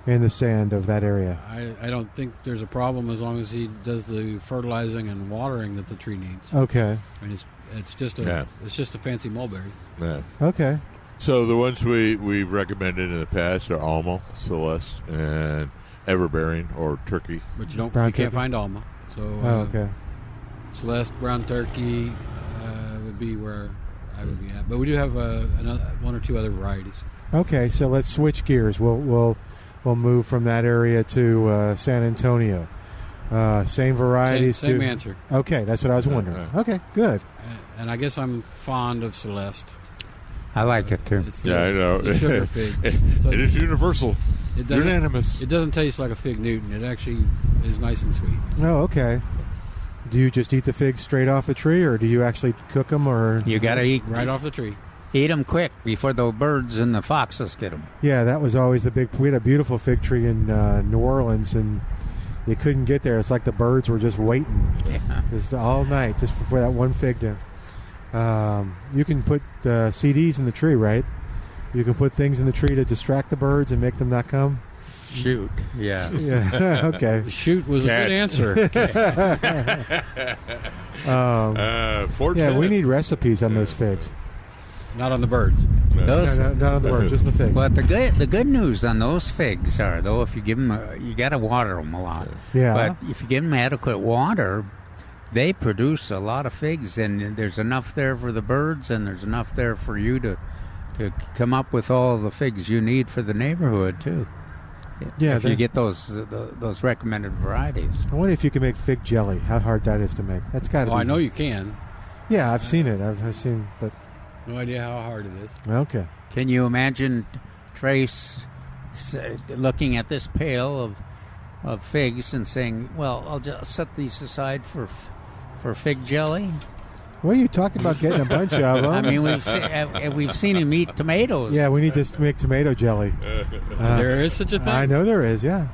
in the sand of that area.
I, I don't think there's a problem as long as he does the fertilizing and watering that the tree needs.
Okay,
I mean, it's it's just a
Yeah.
it's just a fancy mulberry.
Yeah.
okay,
So the ones we we've recommended in the past are Alma, Celeste, and Everbearing or Turkey.
But you don't
Brown
you can't
turkey?
find Alma. So uh,
oh, okay.
Celeste Brown Turkey uh, would be where I would be at. But we do have uh, another, one or two other varieties.
Okay, so let's switch gears. We'll we'll we'll move from that area to uh, San Antonio. Uh, same varieties.
same
do-
answer.
Okay, that's what I was wondering.
Uh-huh.
Okay, good.
And- And I guess I'm fond of Celeste.
I like it too.
It's
Yeah,
the,
I know.
It's the sugar fig. So
it is universal,
it doesn't
unanimous.
it doesn't taste like a fig Newton. It actually is nice and sweet.
Oh, okay. Do you just eat the figs straight off the tree, or do you actually cook them? Or
You gotta eat
Right off the tree.
Eat them quick before the birds and the foxes get them.
Yeah, that was always the big. We had a beautiful fig tree in uh, New Orleans, and you couldn't get there. It's like the birds were just waiting, just all night, just for that one fig to. Um, you can put uh, CDs in the tree, right? You can put things in the tree to distract the birds and make them not come.
Shoot. Yeah.
Yeah. okay.
Shoot was a
Cat.
good answer.
Um,
Uh,
yeah, we
410.
need recipes on those figs.
Not on the birds.
No,
Those.
no, not on the birds, just the figs.
But the good the good news on those figs are though if you give them a, you got to water them a lot.
Yeah.
But if you give them adequate water, they produce a lot of figs, and there's enough there for the birds, and there's enough there for you to to come up with all the figs you need for the neighborhood too.
Yeah,
If you
they-
get those the, those recommended varieties.
I wonder if you can make fig jelly. How hard that is to make? That's got to
Oh,
be.
I know you can.
Yeah, I've seen it. I've, I've seen, but
No idea how hard it is.
okay.
Can you imagine Trace s- looking at this pail of of figs and saying, "Well, I'll just set these aside for f- for fig jelly."
Well, you talked about getting a bunch of them.
I mean, we've se- uh, we've seen him eat tomatoes.
Yeah, we need this to make tomato jelly. Uh,
there is such a thing.
I know there is. Yeah,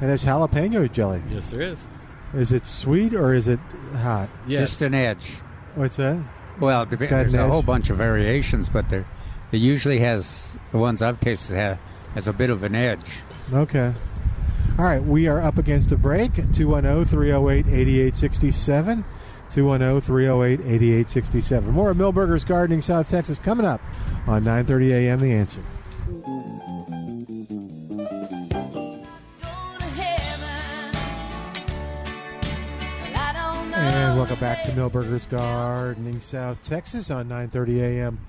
and there's jalapeno jelly.
Yes, there is.
Is it sweet or is it hot?
Yes.
just an edge.
What's that?
Well, dep-
got
there's
an
a
edge.
whole bunch of variations, but there it usually has the ones I've tasted have, has a bit of an edge.
Okay. All right, we are up against a break. oh, 210-308-8867. oh, 210-308-8867. More of Millburgers Gardening South Texas coming up on 9:30 a.m. The Answer. And welcome back to Millburgers Gardening South Texas on 9:30 a.m.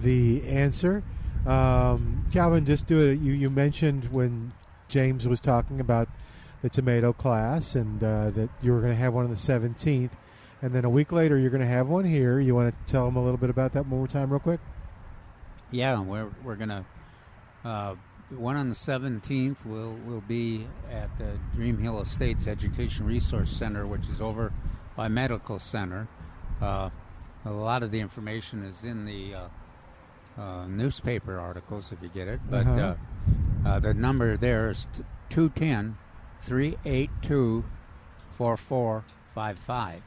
The answer, um, Calvin, just do it. You you mentioned when James was talking about the tomato class and uh, that you were going to have one on the 17th, and And then a week later, you're going to have one here. You want to tell them a little bit about that one more time, real quick?
Yeah, we're we're gonna uh, the one on the seventeenth will will be at the Dream Hill Estates Education Resource Center, which is over by Medical Center. Uh, a lot of the information is in the uh, uh, newspaper articles if you get it, but
Uh-huh.
uh uh, the number there is t- 210 382 4455.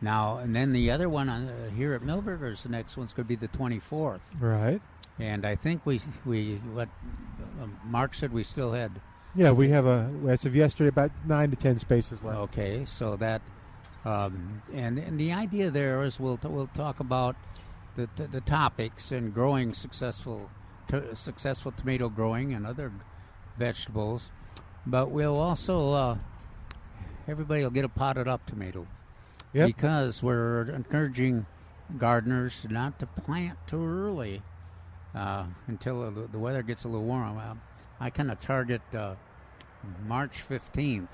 Now, and then the other one on, uh, here at Millburgers, the next one's going to be the 24th.
Right.
And I think we, we what uh, Mark said, we still had
Yeah, we have a as of yesterday about nine to ten spaces left.
Okay, so that, um, and and the idea there is we'll we'll talk about the the, the topics and growing successful to, successful tomato growing and other vegetables, but we'll also uh, everybody will get a potted up tomato
Yep.
because we're encouraging gardeners not to plant too early uh, until the, the weather gets a little warm. Uh, I kind of target uh, March 15th,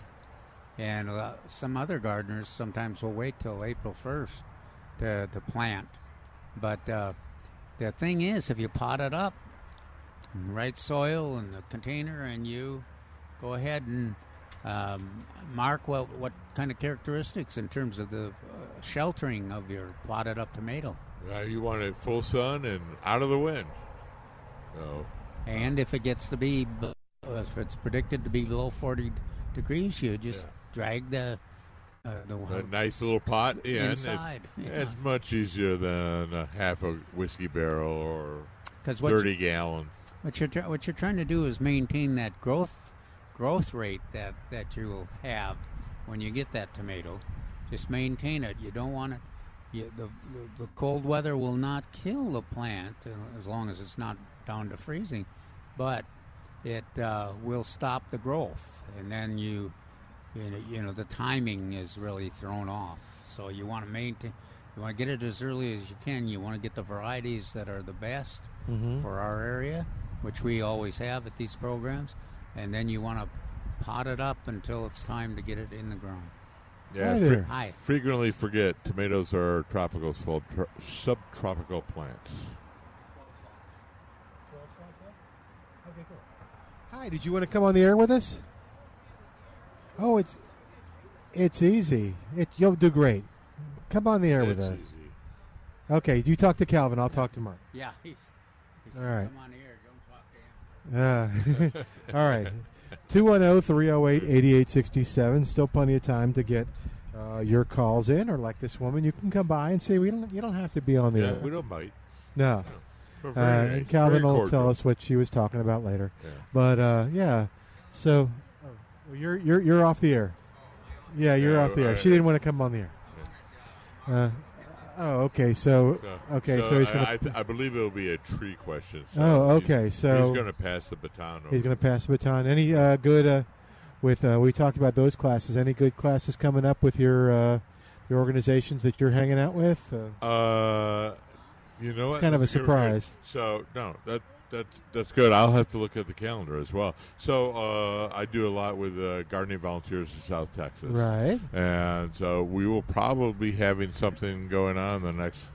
and uh, some other gardeners sometimes will wait till April 1st to, to plant. But uh, the thing is, if you pot it up, right soil and the container, and you go ahead and um, mark what, what kind of characteristics in terms of the uh, sheltering of your potted up tomato.
Uh, you want it full sun and out of the wind. So
And if it gets to be, b- if it's predicted to be below 40 degrees, you just drag the uh, the
a nice little pot in. It's-
Inside, yeah.
It's much easier than a half a whiskey barrel or
'Cause what you-
thirty gallon.
What you're try- what you're trying to do is maintain that growth growth rate that that you will have when you get that tomato. Just maintain it. You don't want it. You, the, the the cold weather will not kill the plant uh, as long as it's not down to freezing, but it uh, will stop the growth, and then you you know, you know the timing is really thrown off. So you want to maintain. You want to get it as early as you can. You want to get the varieties that are the best
Mhm.
for our area, which we always have at these programs, and then you want to pot it up until it's time to get it in the ground.
Yeah,
Hi
fre-
there. Hi.
frequently forget tomatoes are tropical sub- subtropical plants.
Hi, did you want to come on the air with us? Oh, it's it's easy. It you'll do great. Come on the air with
It's
us. Okay, you talk to Calvin. I'll talk to Mark.
Yeah, he's, he's
All right.
come on here. Don't talk to him.
Uh, all right. oh, 210 308 8867. Still plenty of time to get uh, your calls in, or like this woman, you can come by and say, we don't, You don't have to be on the
Yeah,
air.
we don't bite.
No.
We're
Uh,
very
and
nice,
Calvin
very
will tell
cordial.
us what she was talking about later.
Yeah.
But uh, yeah, so oh, well, you're, you're, you're off the air. Yeah, you're
Yeah,
off the air.
I-
She didn't want to come on the air. Uh, oh, okay. So, okay. So, he's
I-
going
I,
to
th- I believe it will be a tree question. so
Oh,
he's-
okay, so-
he's going to pass the baton. Over.
He's going to pass the baton. Any uh, good uh, with uh, we talked about those classes. Any good classes coming up with your uh, your organizations that you're hanging out with? Uh,
Uh, you know,
It's
what?
kind of a
You're-
surprise.
So no, that that's that's good. I'll have to look at the calendar as well. So uh, I do a lot with uh, gardening volunteers in South Texas,
Right.
And so we will probably be having something going on the next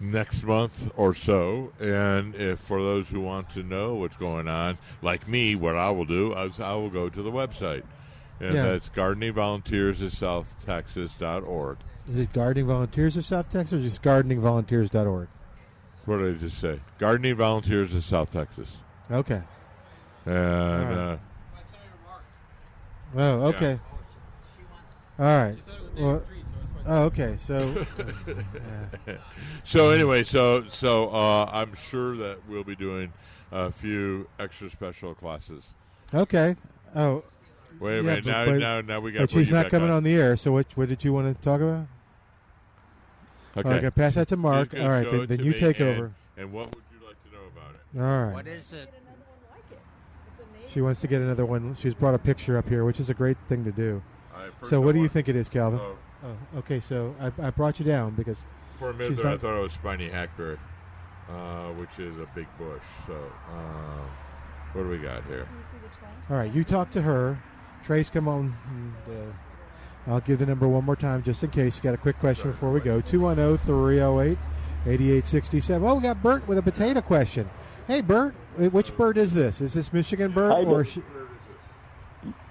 next month or so. And if for those who want to know what's going on, like me, what I will do is I will go to the website, and
Yeah.
that's gardeningvolunteersofsouthtexas.org.
is it Gardening Volunteers of South Texas or just gardeningvolunteers.org?
What did I just say? Gardening volunteers in South Texas.
Okay.
And uh,
Oh, okay. All right. Well, oh, okay. So,
so anyway, so so uh, I'm sure that we'll be doing a few extra special classes.
okay. Oh,
Wait a
yeah,
minute.
but-
Now,
but-
now, now we got.
But she's not coming on. the air. So, what what did you want to talk about?
Okay.
All right, I'm gonna pass that to Mark.
He's gonna
All right,
show
then-
it
then
to
you
me,
take
and-
over.
And what would you like to know about it?
All right.
What is it?
She wants to get another one. She's brought a picture up here, which is a great thing to do.
All right, first
so,
I
what do you
want-
think it is, Calvin?
Oh.
Oh, okay, so I, I brought you down because
For a minute
she's
there, I
not-
thought it was spiny hackberry, uh, which is a big bush. So, uh, what do we got here?
All right, you talk to her. Trace, come on. And, uh, I'll give the number one more time just in case you got a quick question before we go. oh, 210 308 8867. Oh, we got Bert with a potato question. Hey, Bert, wh- which bird is this? Is this Michigan bird
Hi,
or
Bert.
sh-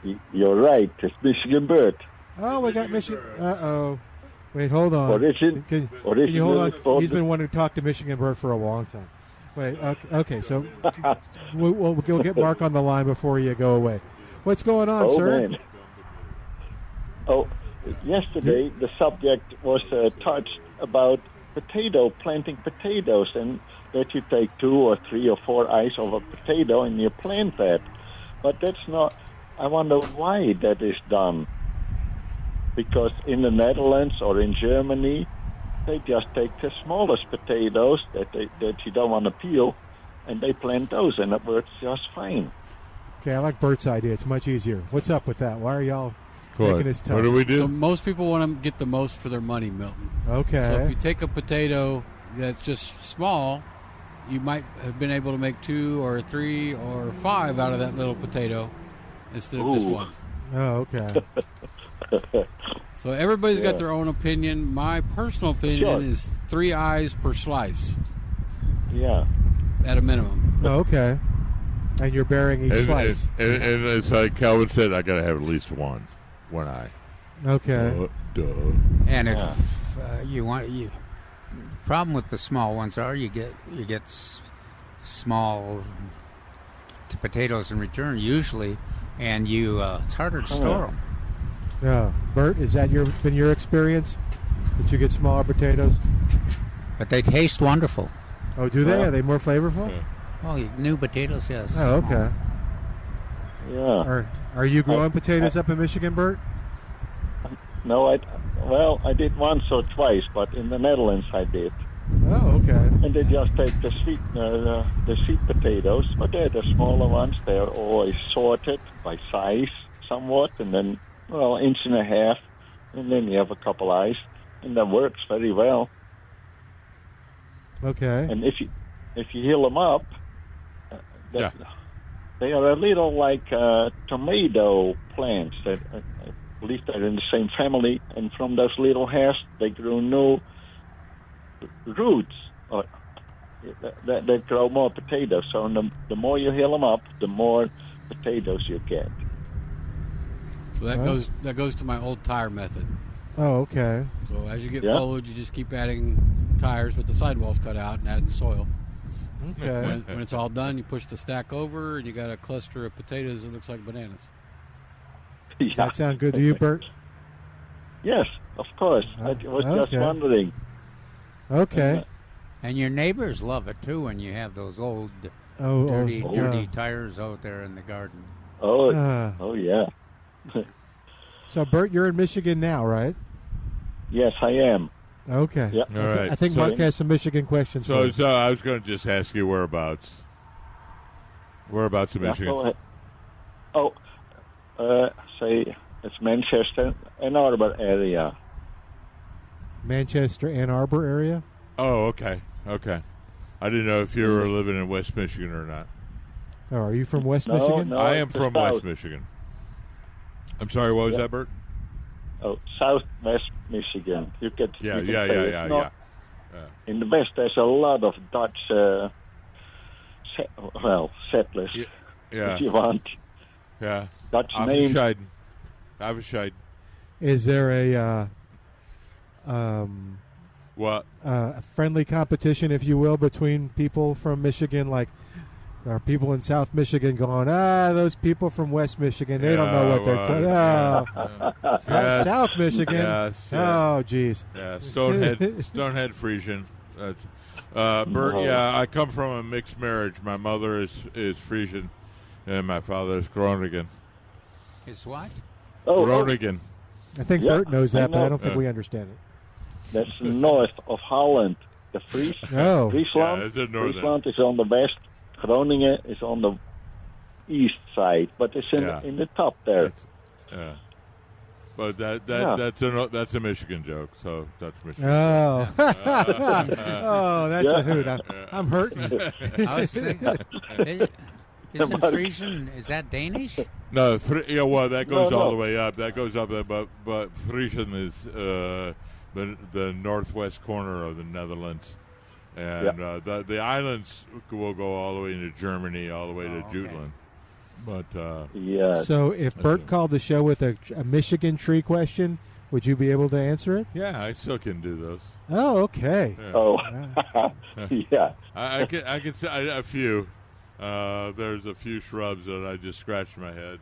Y- You're right. It's Michigan bird.
Oh, we got Michigan. Uh oh. Wait, hold on.
Origin-
Can, can
origin
you hold
is
on?
from
He's
the-
been wanting to talk to Michigan Bird for a long time. Wait, okay, okay so we'll, we'll, we'll get Mark on the line before you go away. What's going on,
oh,
sir?
Man. Oh, yesterday the subject was uh, touched about potato planting potatoes, and that you take two or three or four eyes of a potato and you plant that. But that's not. I wonder why that is done. Because in the Netherlands or in Germany, they just take the smallest potatoes that they, that you don't want to peel, and they plant those, and it works just fine.
Okay, I like Bert's idea. It's much easier. What's up with that? Why are y'all
What?
making this tough?
So most people want to get the most for their money, Milton.
Okay.
So if you take a potato that's just small, you might have been able to make two or three or five out of that little potato instead of just
Ooh.
one.
uh, Oh, okay.
So everybody's
Yeah.
got their own opinion. My personal opinion
Sure.
is three eyes per slice
Yeah.
at a minimum.
Oh, okay. And you're bearing each
And,
slice.
and, and, and it's like Calvin said, I got to have at least one, one eye.
okay.
Duh. duh.
And if uh, you want, you problem with the small ones are you get you get s- small t- potatoes in return usually, and you uh, it's harder
Oh,
to store them.
Yeah. Bert, is that your been your experience? That you get smaller potatoes?
But they taste wonderful.
Oh, do they?
Yeah.
Are they more flavorful?
Oh, you- new potatoes, yes.
Oh, okay.
Yeah.
Are are you growing potatoes up in Michigan, Bert?
No, I well, I did once or twice, but in the Netherlands I did,
Oh, okay.
and they just take the sweet uh, the- the sweet potatoes, but they're the smaller ones. They're always sorted by size somewhat, and then well, inch and a half, and then you have a couple eyes, and that works very well.
Okay.
And if you if you heal them up, uh, that- they are a little like uh, tomato plants that I, I believe they're in the same family. And from those little hairs, they grow new roots. Or, that, that grow more potatoes. So the, the more you heal them up, the more potatoes you get.
So that
Huh?
goes that goes to my old tire method.
Oh, okay.
So as you get
Yeah.
forward, you just keep adding tires with the sidewalls cut out and adding soil. When,
Okay.
when it's all done, you push the stack over and you got a cluster of potatoes that looks like bananas.
Does that sound good to you, Bert?
Yes, of course. I was just
Uh, okay.
wondering.
Okay.
And your neighbors love it too when you have those old
Oh, oh,
dirty,
yeah.
dirty tires out there in the garden.
Oh,
Ah.
oh yeah.
So, Bert, you're in Michigan now, right?
Yes, I am.
Okay.
Yeah.
All right.
I think
so,
Mark has some Michigan questions for
So,
us.
so I was going to just ask you whereabouts. Whereabouts in Michigan?
Yeah, go ahead. Oh, uh, say it's Manchester, Ann Arbor area.
Manchester, Ann Arbor area?
Oh, okay, okay. I didn't know if you were
Mm-hmm.
living in West Michigan or not.
Oh, are you from West
No,
Michigan?
no.
I am
it's the
from West
South.
Michigan. I'm sorry, what was that, Bert?
Oh, Southwest Michigan. You could
Yeah,
you could
yeah,
say
yeah,
it's
yeah, yeah.
not- In the West, there's a lot of Dutch, uh, set, well, settlers.
Yeah, Yeah,
If you want
yeah.
Dutch names,
Affenscheiden. Affenscheiden.
Is there a uh, um,
What?
uh, friendly competition, if you will, between people from Michigan? Like, are people in South Michigan going, ah, those people from West Michigan, they don't know
Yeah,
what they're
well,
talking
yeah,
about.
yeah. Yes,
South Michigan?
Yes, yeah.
Oh, geez.
Yeah, Stonehead, Stonehead Frisian. That's, uh, Bert,
No.
yeah, I come from a mixed marriage. My mother is, is Frisian, and my father is Groningen.
It's what?
oh, oh,
Groningen.
I think
Yeah,
Bert knows
I
that, but I
know.
don't think
Yeah.
we understand it.
that's north of Holland. The Fries,
Oh.
Friesland,
Yeah, it's in northern.
Friesland is on the west. Groningen is on the east side, but it's in,
Yeah.
in the top there.
It's- yeah. But that, that
Yeah.
that's a that's a Michigan joke, so that's Michigan.
Oh, oh, that's a
Yeah.
hoot. I'm, I'm hurting.
I was thinking, it- Isn't
about it.
Frisian, is that Danish?
No, Fri- yeah, well, that
No,
goes all
no.
the way up. That goes up, uh, but but Friesen is uh, the the northwest corner of the Netherlands, and uh, the the islands will go all the way into Germany, all the way to Jutland. But uh,
yeah,
Oh, So if Bert called the show with a, a Michigan tree question, would you be able to answer it?
yeah, I still can do those.
Oh, okay.
Yeah.
Oh. yeah.
I, I can I can say I- a few. Uh, there's a few shrubs that I just scratched my head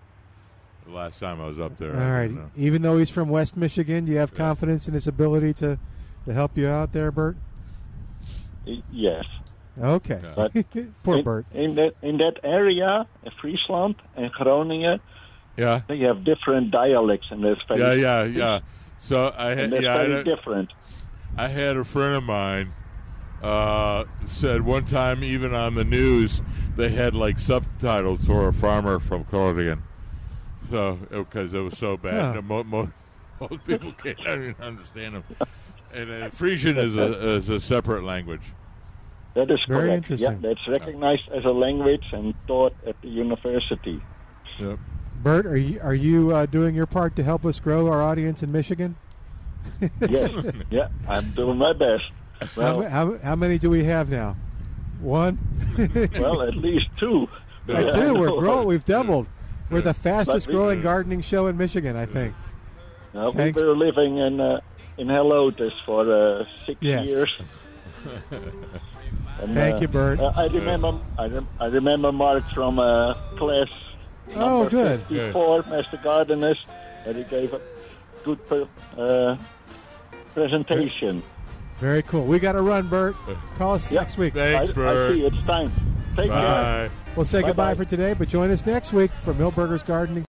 the last time I was up there.
All right. Even though he's from West Michigan, do you have confidence in his ability to, to help you out there, Bert?
Yes.
Okay.
But
Poor
in,
Bert.
In that in that area, uh, Friesland and Groningen,
Yeah.
they have different dialects, and that's very
Yeah, yeah, yeah. So I had
And that's
yeah, I
very
had a-
different.
I had a friend of mine uh, said one time, even on the news, they had like subtitles for a farmer from Groningen. So because it was so bad,
Huh.
mo- mo- most people can't even understand them. And uh, Frisian is a is a separate language.
That is
Very
correct.
interesting.
Yeah, that's recognized as a language and taught at the university.
Yep.
Bert, are you are you uh, doing your part to help us grow our audience in Michigan?
yes. Yeah, I'm doing my best. Well,
how, how, how many do we have now? One.
well, at least two.
Well,
Yeah, I
two. We're
know.
growing. We've doubled. We're the fastest
we-
growing gardening show in Michigan, I think.
Now, we've
Thanks.
been living in uh, in Hell Otis for uh, six
Yes.
years. And,
Thank you, Bert.
uh, I remember I, rem- I remember Mark from uh, class
Oh,
number
good.
54, Master Gardeners, and he gave a good per- uh, presentation.
Very cool. We got to run, Bert. Call us next week.
I, I see it's time. Take care.
We'll say
Bye-bye.
goodbye for today, but join us next week for Millburgers Gardening.